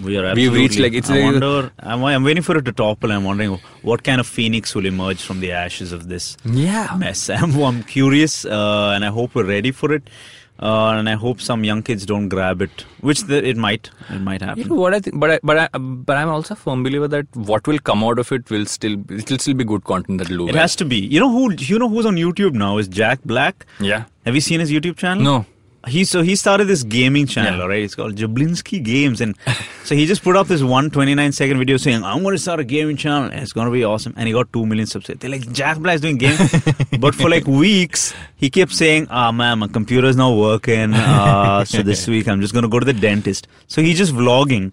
S3: We are
S2: We've
S3: absolutely.
S2: reached, like, it's
S3: I
S2: like-
S3: wonder. I'm, I'm waiting for it to topple. I'm wondering what kind of phoenix will emerge from the ashes of this
S2: Yeah.
S3: mess. I'm, (laughs) I'm curious, uh, and I hope we're ready for it. Uh, and I hope some young kids don't grab it, which the, it might. It might
S2: You
S3: happen.
S2: know what I think, but I, but I, but I'm also a firm believer that what will come out of it will still it'll still be good content that will do
S3: It
S2: well.
S3: has to be. You know who? You know who's on YouTube now is Jack Black.
S2: Yeah.
S3: Have you seen his YouTube channel?
S2: No.
S3: he so he started this gaming channel,
S2: Yeah.
S3: all right? It's called Jablinski Games, and so he just put up this one 29 second video saying, "I'm going to start a gaming channel, and it's going to be awesome." And he got two million subs. They're like Jack Black's doing game,
S2: (laughs)
S3: but for like weeks he kept saying, "Ah, man, my computer's not working. Uh, so
S2: (laughs)
S3: this week I'm just going to go to the dentist." So he's just vlogging.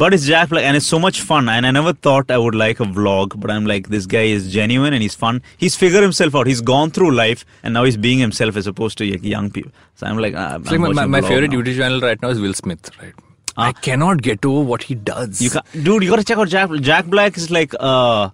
S3: But it's Jack Black, and it's so much fun. And I never thought I would like a vlog, but I'm like, this guy is genuine and he's fun. He's figured himself out. He's gone through life, and now he's being himself as opposed to like, young people. So I'm like, ah,
S2: It's like my, my, my favorite YouTube channel right now is Will Smith, right? I cannot get over what he does.
S3: Ah. You can dude, you gotta check out Jack. Jack Black is like, uh,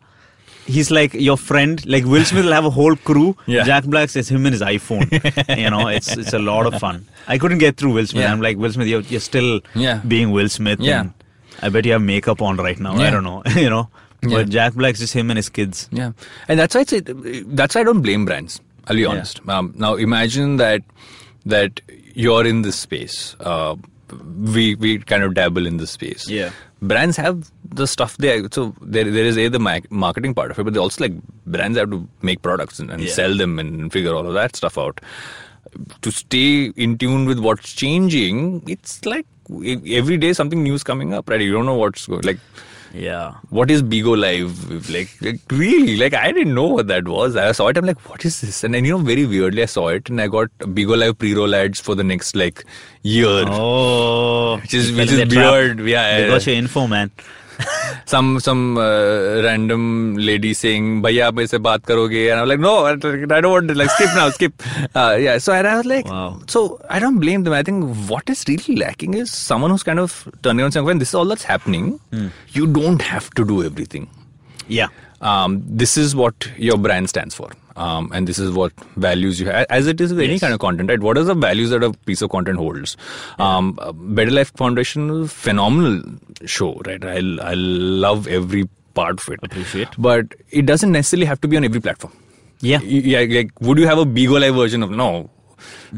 S3: he's like your friend. Like Will Smith will have a whole crew.
S2: Yeah.
S3: Jack Black is him and
S2: (laughs)
S3: his iPhone. you know, it's it's a lot of fun. I couldn't get through Will Smith.
S2: Yeah.
S3: I'm like Will Smith, you're, you're still
S2: Yeah.
S3: being Will Smith.
S2: Yeah.
S3: and I bet you have makeup on right now. I
S2: Yeah.
S3: don't know. (laughs) you know, but
S2: Yeah.
S3: Jack Black's just him and his kids.
S2: Yeah, and that's why I say that's why I don't blame brands. I'll be honest. Um, now imagine that that you're in this space. Uh, we we kind of dabble in this space.
S3: Yeah.
S2: brands have the stuff they so there there is a the mar- marketing part of it, but they also like brands have to make products and, and
S3: Yeah.
S2: sell them and figure all of that stuff out. To stay in tune with what's changing, it's like e- every day something new is coming up. Right, you don't know what's going like
S3: Yeah.
S2: what is Bigo Live? Like, like, really? Like, I didn't know what that was. I saw it. I'm like, what is this? And then, you know, very weirdly, I saw it and I got Bigo Live pre-roll ads for the next like year.
S3: Oh,
S2: Which is-
S3: you
S2: which
S3: fell in
S2: is
S3: their trap.
S2: weird. Yeah,
S3: they
S2: yeah,
S3: got
S2: yeah.
S3: your info, man.
S2: Some some uh, random lady saying, "Bhaiya, aap se baat karoge," and I'm like, "No, I don't want to. Like, skip now, skip." (laughs) Uh, yeah. So and I was like,
S3: Wow.
S2: So I don't blame them. I think what is really lacking is someone who's kind of turning on saying, "When this is all that's happening,
S3: Hmm.
S2: you don't have to do everything."
S3: Yeah,
S2: um, this is what your brand stands for um, and this is what values you have as it is with any kind of content right what are the values that a piece of content holds um, uh, better life foundation is a phenomenal show right i i love every part of it
S3: Appreciate.
S2: but it doesn't necessarily have to be on every platform
S3: yeah.
S2: Y- yeah like would you have a Bigo Live version of no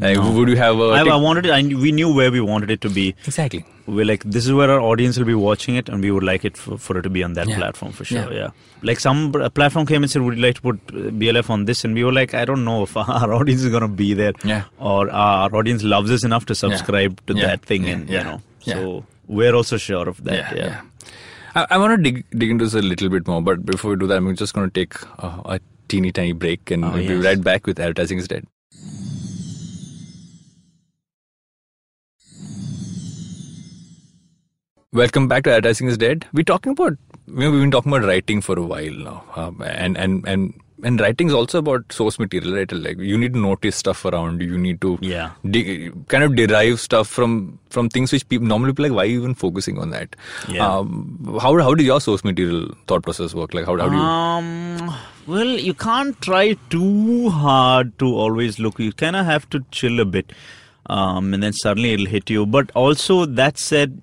S2: like would you have a
S3: I,
S2: Tik-
S3: I wanted. it- I knew- we knew where we wanted it to be.
S2: exactly
S3: We're like, this is where our audience will be watching it, and we would like it for, for it to be on that
S2: Yeah.
S3: platform for sure. Yeah.
S2: Yeah.
S3: Like some pr- platform came and said, would you like to put uh, BLF on this? And we were like, I don't know if (laughs) our audience is gonna be there,
S2: Yeah.
S3: or our audience loves us enough to subscribe to
S2: Yeah.
S3: that thing,
S2: Yeah.
S3: and you
S2: Yeah.
S3: know,
S2: Yeah.
S3: so we're also sure of that. Yeah.
S2: I, I want to dig dig into this a little bit more, but before we do that, I'm just going to take uh, a teeny tiny break, and
S3: Oh,
S2: we'll
S3: yes.
S2: be right back with advertising is dead. Welcome back to Advertising is Dead. We're talking about you know, we've been talking about writing for a while now, um, and and and and writing is also about source material, right? Like you need to notice stuff around you. You need to
S3: Yeah.
S2: de- kind of derive stuff from from things which people normally people like. Why are you even focusing on that?
S3: Yeah.
S2: Um, how how do your source material thought process work? Like how how do you?
S3: Um, well, you can't try too hard to always look. You kind of have to chill a bit, um, and then suddenly it'll hit you. But also, that said,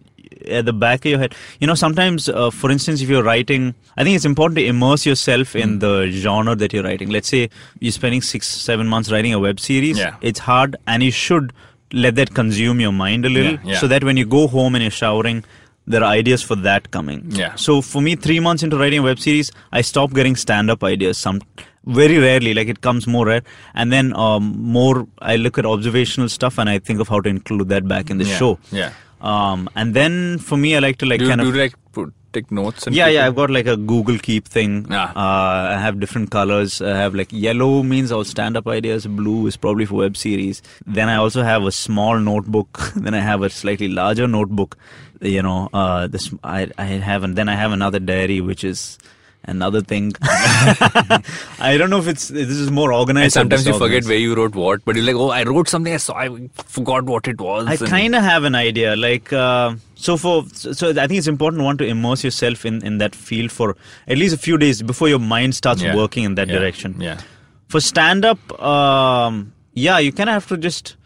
S3: at the back of your head, you know, sometimes, uh, for instance, if you're writing, I think it's important to immerse yourself
S2: Mm.
S3: in the genre that you're writing. Let's say you're spending six, seven months writing a web series.
S2: Yeah.
S3: It's hard, and you should let that consume your mind a little
S2: Yeah, yeah.
S3: so that when you go home and you're showering there are ideas for that coming
S2: Yeah.
S3: so for me, three months into writing a web series, I stopped getting stand-up ideas. Some very rarely, like it comes more rare. And then um, more, I look at observational stuff and I think of how to include that back in the
S2: Yeah,
S3: show.
S2: yeah.
S3: Um, and then for me, I like to like
S2: do, you
S3: kind
S2: do
S3: of
S2: you like put, take notes? And
S3: yeah,
S2: keep
S3: yeah.
S2: it?
S3: I've got like a Google Keep thing.
S2: Ah.
S3: Uh, I have different colors. I have like yellow means all stand-up ideas. Blue is probably for web series. Then I also have a small notebook. (laughs) then I have a slightly larger notebook. You know, uh, this I I have, and then I have another diary which is another
S2: (laughs)
S3: thing. (laughs) I don't know if it's this is more organized.
S2: And
S3: or
S2: sometimes you forget
S3: disorganized.
S2: where you wrote what, but you're like, oh, I wrote something. I saw. I forgot what it was.
S3: I
S2: and-
S3: kind of have an idea. Like uh, so for so I think it's important one to immerse yourself in in that field for at least a few days before your mind starts
S2: Yeah,
S3: working in that
S2: yeah,
S3: direction.
S2: Yeah.
S3: For stand up, um, yeah, you kind of have to just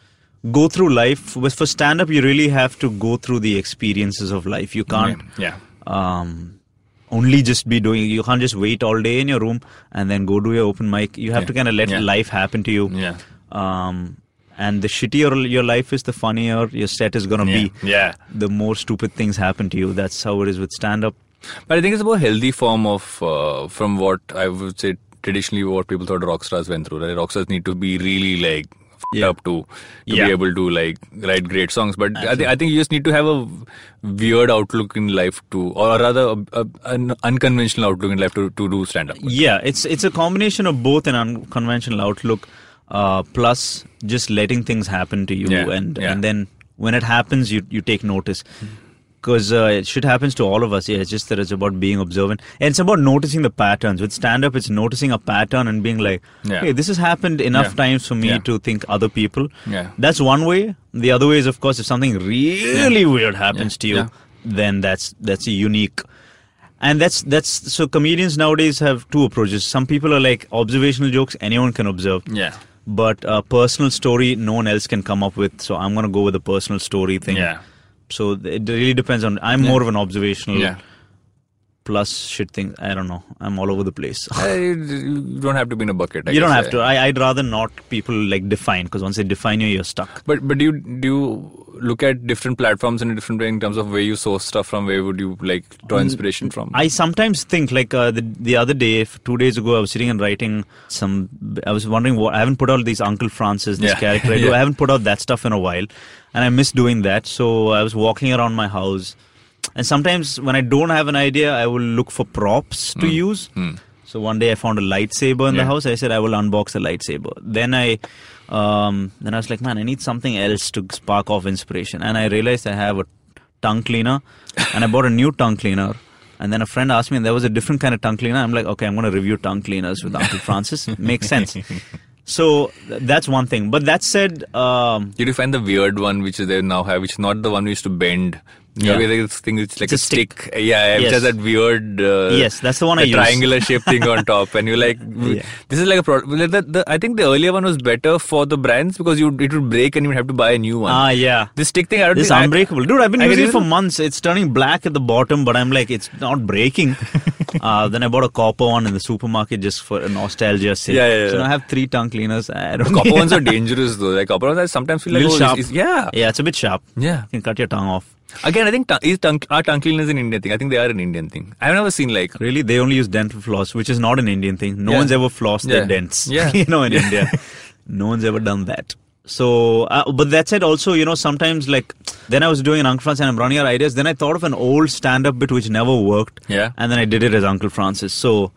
S3: go through life. But for stand up, you really have to go through the experiences of life. You can't
S2: Yeah.
S3: um, only just be doing. You can't just wait all day in your room and then go do your open mic. You have
S2: Yeah,
S3: to kind of let
S2: yeah.
S3: life happen to you.
S2: Yeah.
S3: Um, and the shittier your life is, the funnier your set is gonna
S2: Yeah.
S3: be.
S2: yeah.
S3: The more stupid things happen to you. That's how it is with stand up.
S2: But I think it's a more healthy form of, uh, from what I would say traditionally what people thought rock stars went through. Right? Rock stars need to be really like
S3: Yeah.
S2: up to to
S3: Yeah.
S2: be able to like write great songs. But I, th- I think you just need to have a weird outlook in life to, or rather, a, a, an unconventional outlook in life to to do stand up.
S3: Yeah, it's it's a combination of both an unconventional outlook, uh, plus just letting things happen to you,
S2: Yeah,
S3: and
S2: yeah.
S3: and then when it happens, you you take notice. Because uh, it shit happens to all of us. Yeah, it's just that it's about being observant, and it's about noticing the patterns. With stand up, it's noticing a pattern and being like,
S2: Yeah.
S3: "Hey, this has happened enough
S2: Yeah.
S3: times for me
S2: Yeah.
S3: to think other people."
S2: Yeah.
S3: that's one way. The other way is, of course, if something really weird happens
S2: Yeah.
S3: to you,
S2: Yeah.
S3: then that's that's a unique and that's that's so comedians nowadays have two approaches some people are like observational jokes anyone can observe
S2: Yeah.
S3: but a personal story no one else can come up with so i'm going to go with a personal story thing
S2: Yeah.
S3: so th- it really depends on i'm more of an observational
S2: Yeah.
S3: plus shit thing i don't know i'm all over the place
S2: I- Uh, you don't have to be in a bucket. I
S3: (laughs) you don't
S2: guess.
S3: have to I, i'd rather not people like define because once they define you you're stuck
S2: But but do you do you look at different platforms in a different way in terms of where you source stuff from? Where would you like draw inspiration from?
S3: Mm, Um, I sometimes think like uh, the the other day, if two days ago, I was sitting and writing some. I was wondering what I haven't put out these Uncle Francis, this
S2: Yeah. (laughs)
S3: character. I do.
S2: Yeah.
S3: I haven't put out that stuff in a while, and I miss doing that. So I was walking around my house, and sometimes when I don't have an idea, I will look for props to use. So one day I found a lightsaber in
S2: Hmm.
S3: the
S2: Yeah.
S3: house. I said I will unbox the lightsaber. Then I, um, then I was like, man, I need something else to spark off inspiration. And I realized I have a tongue cleaner, and I bought a new tongue cleaner. And then a friend asked me, and there was a different kind of tongue cleaner. I'm like, okay, I'm going to review tongue cleaners with Uncle Francis. Makes sense. So th- that's one thing. But that said, um,
S2: Did you find the weird one which they now have, which is not the one we used to bend?
S3: Yeah.
S2: Yeah, where this thing is like
S3: It's a
S2: a stick. Yeah, yeah,
S3: Yes.
S2: which has that weird. Uh,
S3: Yes, that's the one I use.
S2: triangular shaped thing
S3: (laughs)
S2: on top, and you're like,
S3: Yeah.
S2: this is like a product. Well, the, the, I think the earlier one was better for the brands because you it would break and you would have to buy a new one.
S3: ah, yeah.
S2: this stick thing, I don't
S3: This is
S2: think I-
S3: unbreakable, dude. I've been
S2: I can
S3: using it for
S2: even-
S3: months. It's turning black at the bottom, but I'm like, it's not
S2: (laughs)
S3: breaking. uh, then I bought a copper one in the supermarket just for a nostalgia sake.
S2: Yeah, yeah, yeah.
S3: So now I have three tongue cleaners. I don't
S2: (laughs) Copper ones
S3: (laughs)
S2: are dangerous though. Like copper ones, I sometimes feel like,
S3: Little
S2: oh,
S3: sharp.
S2: This is, yeah,
S3: yeah, it's a bit sharp.
S2: yeah.
S3: You can cut your tongue off.
S2: Again, I think tongue, is tongue, are tongue cleaners an Indian thing? I think they are an Indian thing. I've never seen like
S3: Really, they only use dental floss, which is not an Indian thing. No
S2: Yeah.
S3: one's ever flossed their
S2: Yeah.
S3: dents. (laughs)
S2: Yeah.
S3: you know, in India, no one's ever done that. So, uh, but that said, also, you know, sometimes like then I was doing an Uncle Francis and I'm running out of ideas. Then I thought of an old stand-up bit which never worked.
S2: Yeah.
S3: and then I did it as Uncle Francis. So,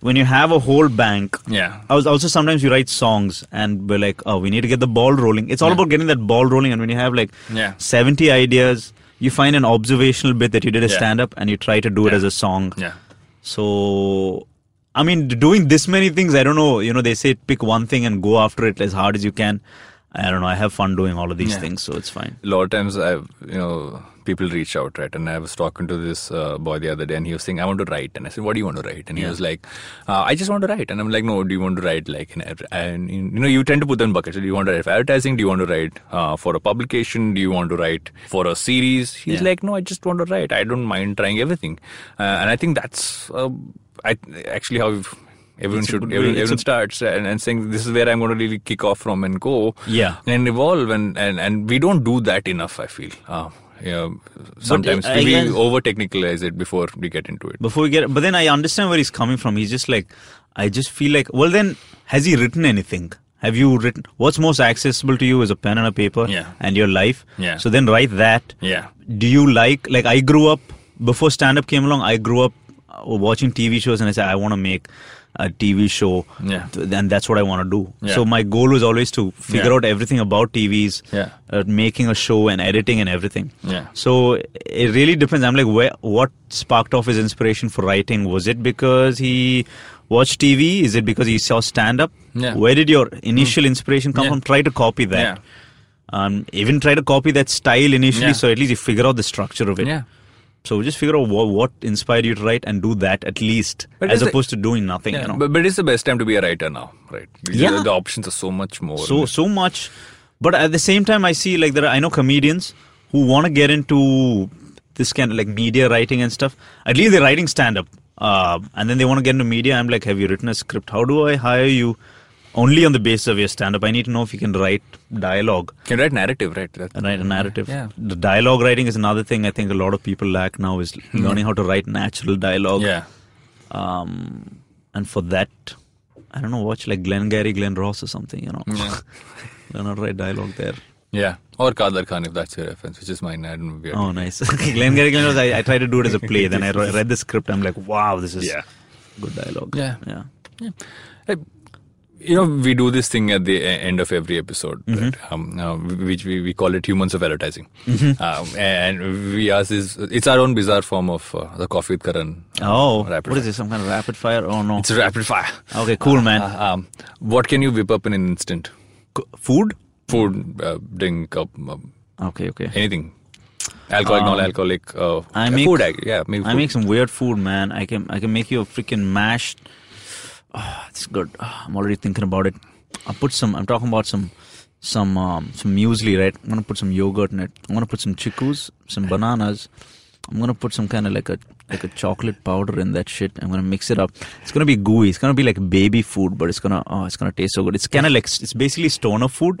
S3: when you have a whole bank,
S2: yeah.
S3: I was also sometimes you write songs and we're like, oh, we need to get the ball rolling. It's all about getting that ball rolling. And when you have like
S2: Yeah.
S3: 70 ideas, you find an observational bit that you did a
S2: Yeah.
S3: stand up and you try to do it as a song.
S2: Yeah.
S3: So, I mean, doing this many things, I don't know. You know, they say pick one thing and go after it as hard as you can. I don't know. I have fun doing all of these
S2: Yeah.
S3: things, so it's fine.
S2: a lot of times I've you know people reach out right and I was talking to this uh, boy the other day and he was saying I want to write and I said what do you want to write and he was like uh, I just want to write and I'm like no do you want to write like an ad- and you know you tend to put them in buckets do you want to write for advertising do you want to write uh, for a publication do you want to write for a series he's
S3: Yeah.
S2: like no I just want to write I don't mind trying everything uh, and I think that's uh, I, actually how we've Everyone
S3: It's a
S2: should.
S3: good way-
S2: Everyone,
S3: it's a-
S2: everyone starts and, and saying, "This is where I'm going to really kick off from and go."
S3: Yeah.
S2: and evolve and, and, and we don't do that enough i feel uh, yeah, sometimes
S3: I
S2: we
S3: guess-
S2: over technicalize it before we get into it
S3: Before we get, but then I understand where he's coming from. He's just like, I just feel like, well, then has he written anything? Have you written? What's most accessible to you is a pen and a paper,
S2: Yeah.
S3: and your life.
S2: Yeah.
S3: So then write that.
S2: yeah
S3: Do you like like I grew up before stand up came along? I grew up uh, watching TV shows, and I said I want to make a TV show.
S2: Yeah.
S3: Th- and that's what I want to do.
S2: Yeah.
S3: So my goal was always to figure
S2: Yeah.
S3: out everything about TVs,
S2: Yeah.
S3: uh, making a show and editing and everything.
S2: Yeah.
S3: So it really depends. I'm like, where what sparked off his inspiration for writing? Was it because he watched TV? Is it because he saw stand up?
S2: Yeah. Mm.
S3: Where did your initial inspiration come
S2: Yeah.
S3: from? Try to copy that.
S2: Yeah.
S3: Um, even try to copy that style initially,
S2: Yeah.
S3: so at least you figure out the structure of it.
S2: yeah
S3: So just figure out what, what inspired you to write and do that at least,
S2: But
S3: as
S2: is it-
S3: opposed to doing nothing.
S2: yeah,
S3: you know?
S2: but, but it's the best time to be a writer now, right? Because
S3: Yeah.
S2: The options are so much more.
S3: so so much but at the same time i see like there are i know comedians who want to get into this kind of like media writing and stuff at least they're writing stand up uh, and then they want to get into media i'm like have you written a script how do i hire you only on the basis of your stand up i need to know if you can write dialogue
S2: can write narrative, right? That-
S3: and write a narrative
S2: Mm-hmm. Yeah.
S3: the dialogue writing is another thing i think a lot of people lack now is learning how to write natural dialogue
S2: Mm-hmm. yeah.
S3: um, and for that, I don't know, watch like Glenn Gary, Glenn Ross or something, you know. (laughs) Learn how to write dialogue
S2: (laughs)
S3: there.
S2: Yeah. Or Qadar Khan, if that's your reference, which is mine. I don't know. Weird.
S3: Oh, nice. (laughs) Glengarry Glen was, I, I tried to do it as
S2: (laughs)
S3: a play. Then I re- read the script. I'm like, wow, this is
S2: Yeah.
S3: good dialogue.
S2: Yeah.
S3: Yeah.
S2: Hey, You know, we do this thing at the e- end of every episode, that, um, uh, which we, we call it humans of advertising. Um, and we ask this, it's our own bizarre form of uh, the coffee with Karan.
S3: Oh,
S2: Rapid
S3: what is this? Some kind of rapid fire? Oh, no.
S2: It's rapid fire.
S3: okay, cool, man.
S2: Uh, um, what can you whip up in an instant?
S3: Co- food?
S2: Food, uh, drink, uh, um,
S3: Okay, okay.
S2: anything. Alcoholic, non-alcoholic. Uh,
S3: I make-
S2: food, I, yeah, maybe
S3: I
S2: food.
S3: make some weird food, man. I can I can make you a freaking mashed. Ah, it's good. Ah, I'm already thinking about it. I put some. I'm talking about some some um, some muesli, right? I'm gonna put some yogurt in it. I'm gonna put some chikus, some bananas. I'm gonna put some kind of like a like a chocolate powder in that shit. I'm gonna mix it up. It's gonna be gooey. It's gonna be like baby food, but it's gonna oh, it's gonna taste so good. It's kind of like it's basically stoner food. (laughs)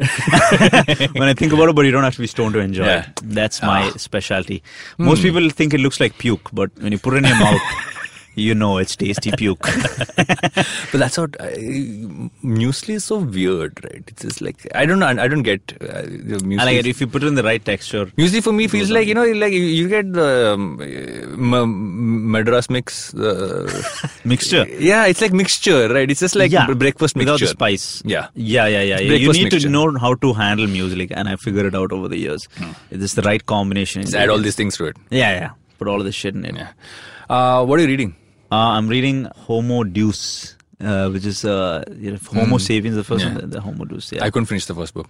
S3: when I think about it, but you don't have to be stoned to enjoy
S2: Yeah.
S3: it. That's my specialty. Most people think it looks like puke, but when you put it in your mouth, (laughs) you know it's tasty puke. (laughs)
S2: But that's what I, muesli is so weird, right? It's just like I don't know. I don't get uh, the muesli.
S3: I like it if you put it in the right texture.
S2: Muesli for me feels like you know, like you- you get the um, uh, ma- madras mix. Uh,
S3: (laughs) Mixture.
S2: yeah, it's like mixture, right? It's just like
S3: yeah.
S2: br- breakfast mixture
S3: Without the spice.
S2: Yeah.
S3: Yeah, yeah, yeah. yeah. You
S2: Breakfast
S3: need
S2: mixture.
S3: to know how to handle music, and I figured it out over the years. Is this the right combination?
S2: Hmm. Just add all these things to it.
S3: Yeah, yeah. Put all of this shit in it.
S2: Yeah. Uh, what are you reading?
S3: Uh, I'm reading Homo Deus, uh, which is uh, you know, Homo sapiens, the first
S2: Hmm. Yeah.
S3: one, the, the Homo Deus. Yeah.
S2: I couldn't finish the first book.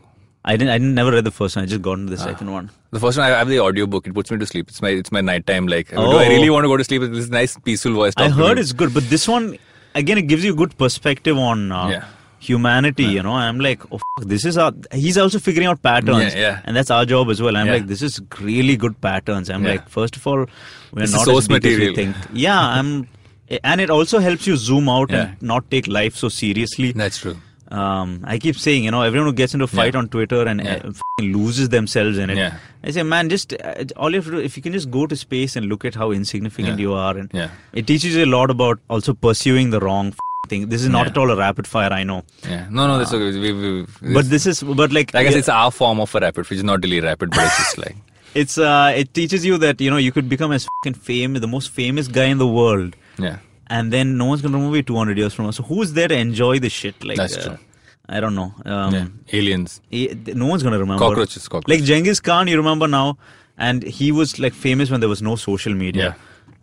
S3: I didn't. I didn't never read the first one. I just got
S2: Ah.
S3: into the second one.
S2: The first one I have the audiobook. It puts me to sleep. It's my it's my nighttime. Like, do I
S3: Oh.
S2: really want to go to sleep? This is nice peaceful voice.
S3: I
S2: talk to
S3: heard
S2: me.
S3: it's good, but this one again, it gives you a good perspective on uh,
S2: Yeah.
S3: humanity. You know, I'm like, oh, fuck, this is our. He's also figuring out patterns,
S2: Yeah, yeah.
S3: and that's our job as well. I'm
S2: Yeah.
S3: like, this is really good patterns. I'm
S2: Yeah.
S3: like, first of all, we're
S2: This is
S3: not
S2: source
S3: as big
S2: material.
S3: as we think. Yeah, I'm, (laughs) and it also helps you zoom out and
S2: Yeah.
S3: not take life so seriously.
S2: That's true.
S3: Um, I keep saying, you know, everyone who gets into a fight
S2: Yeah.
S3: on Twitter and
S2: Yeah.
S3: uh, f***ing loses themselves in it.
S2: Yeah.
S3: I say, man, just uh, all you have to do, if you can just go to space and look at how insignificant
S2: Yeah.
S3: you are, and
S2: Yeah.
S3: it teaches you a lot about also pursuing the wrong f***ing thing. This is not
S2: Yeah.
S3: at all a rapid fire, I know,
S2: Yeah. No, no, that's okay. We, we,
S3: but this is, but like,
S2: I guess
S3: yeah,
S2: it's our form of a rapid, which is not really rapid, but it's just like
S3: it's, uh, it teaches you that you know you could become as fucking famous, the most famous guy in the world,
S2: yeah.
S3: and then no one's gonna remember you 200 years from now. So who's there to enjoy the shit? Like,
S2: That's
S3: uh,
S2: true.
S3: I don't know. (laughs) Um,
S2: yeah. Aliens.
S3: Eh, th- no one's gonna remember
S2: Cockroaches, cockroaches.
S3: Like Genghis Khan, you remember now, and he was like famous when there was no social media,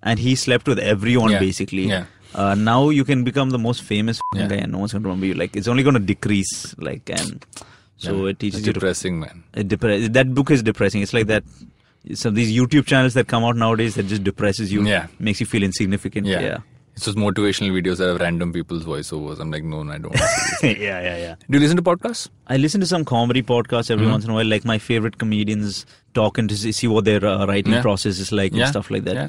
S3: and he slept with everyone
S2: Yeah.
S3: basically.
S2: Yeah.
S3: Uh, now you can become the most famous f***ing
S2: Yeah.
S3: guy, and no one's gonna remember you. Like it's only gonna decrease. Like and so
S2: Yeah.
S3: it teaches
S2: It's
S3: you to.
S2: depressing, man.
S3: It depre- that book is depressing. It's like that. Some these YouTube channels that come out nowadays that just depresses you.
S2: Yeah.
S3: Makes you feel insignificant.
S2: Yeah. (laughs)
S3: Yeah.
S2: It's just motivational videos that have random people's voiceovers. I'm like, no, no I don't. want to (laughs) see this.
S3: yeah. Yeah. Yeah.
S2: Do you listen to podcasts?
S3: I listen to some comedy podcasts
S2: Mm-hmm.
S3: every once in a while, like my favorite comedians talking to see see what their uh, writing
S2: Yeah.
S3: process is like
S2: Yeah.
S3: and stuff like that.
S2: Yeah.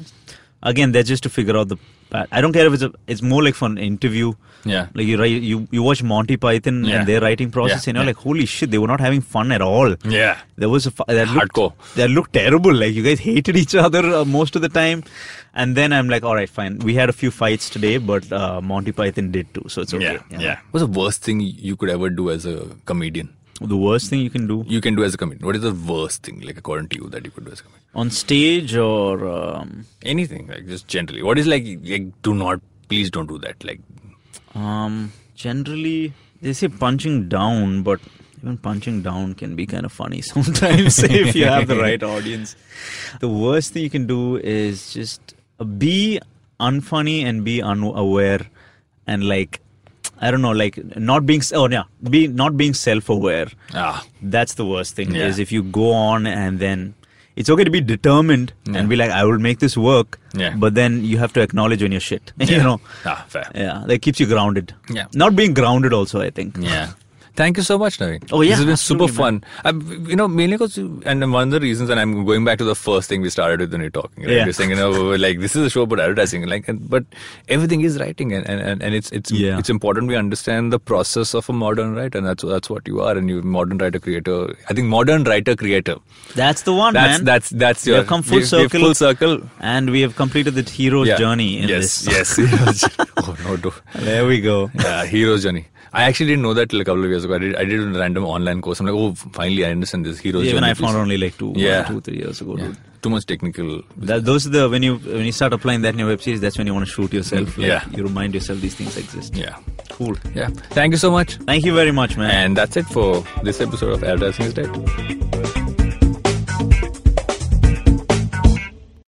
S3: Again, that's just to figure out the. pa- I don't care if it's a. It's more like for an interview.
S2: Yeah.
S3: Like you write, you you watch Monty Python
S2: Yeah.
S3: and their writing process,
S2: Yeah.
S3: and you're
S2: Yeah.
S3: like, holy shit, they were not having fun at all.
S2: Yeah.
S3: There was a fu- that looked,
S2: Hardcore.
S3: That looked terrible. Like you guys hated each other uh, most of the time, and then I'm like, all right, fine. We had a few fights today, but uh, Monty Python did too, so it's okay.
S2: yeah. What's the worst thing you could ever do as a comedian?
S3: The worst thing you can do
S2: You can do as a comedian. What is the worst thing, like according to you, that you could do as a comedian?
S3: on stage or um,
S2: Anything, like just generally. What is like, like do not, please don't do that. Like,
S3: um generally they say punching down but even punching down can be kind of funny (laughs) sometimes if you have the right audience the worst thing you can do is just uh, be unfunny and be unaware and like i don't know like not being s- oh yeah be not being self-aware
S2: ah,
S3: that's the worst thing
S2: Yeah.
S3: is if you go on and then it's okay to be determined and be like i will make this work
S2: Yeah.
S3: but then you have to acknowledge when you're shit (laughs) you
S2: Yeah.
S3: know
S2: ah, fair.
S3: yeah that keeps you grounded
S2: Yeah.
S3: not being grounded also i think
S2: Yeah. Thank you so much, Naveen.
S3: Oh, yeah,
S2: this has been super
S3: absolutely,
S2: fun. I, you know, mainly because, and one of the reasons, and I'm going back to the first thing we started with when you're talking. Right?
S3: Yeah.
S2: We're saying, you know, we're like this is a show about advertising, like, and, but everything is writing, and and, and, and it's it's
S3: Yeah.
S2: it's important we understand the process of a modern writer, and that's that's what you are, and you modern writer creator. I think modern writer creator.
S3: that's the one
S2: That's
S3: man
S2: that's that's
S3: We
S2: your
S3: have come full
S2: we've- we've
S3: circle.
S2: Full circle.
S3: and we have completed the hero's
S2: Yeah.
S3: journey in
S2: yes,
S3: this
S2: Yes, (laughs) yes. oh no, do.
S3: (laughs) there we go
S2: Yeah, hero's journey. I actually didn't know that till a couple of years years ago. I did, I did a random online course. I'm like, oh, finally, I understand this hero's
S3: Even
S2: journey,
S3: I found
S2: please.
S3: only like two,
S2: Yeah.
S3: two, three years ago.
S2: Yeah.
S3: dude.
S2: Too much technical.
S3: That, those are the when you when you start applying that in your web series, that's when you want to shoot yourself. Like,
S2: Yeah.
S3: you remind yourself these things exist.
S2: Yeah.
S3: cool.
S2: Yeah. Thank you so much.
S3: Thank you very much, man.
S2: And that's it for this episode of Advertising is Dead.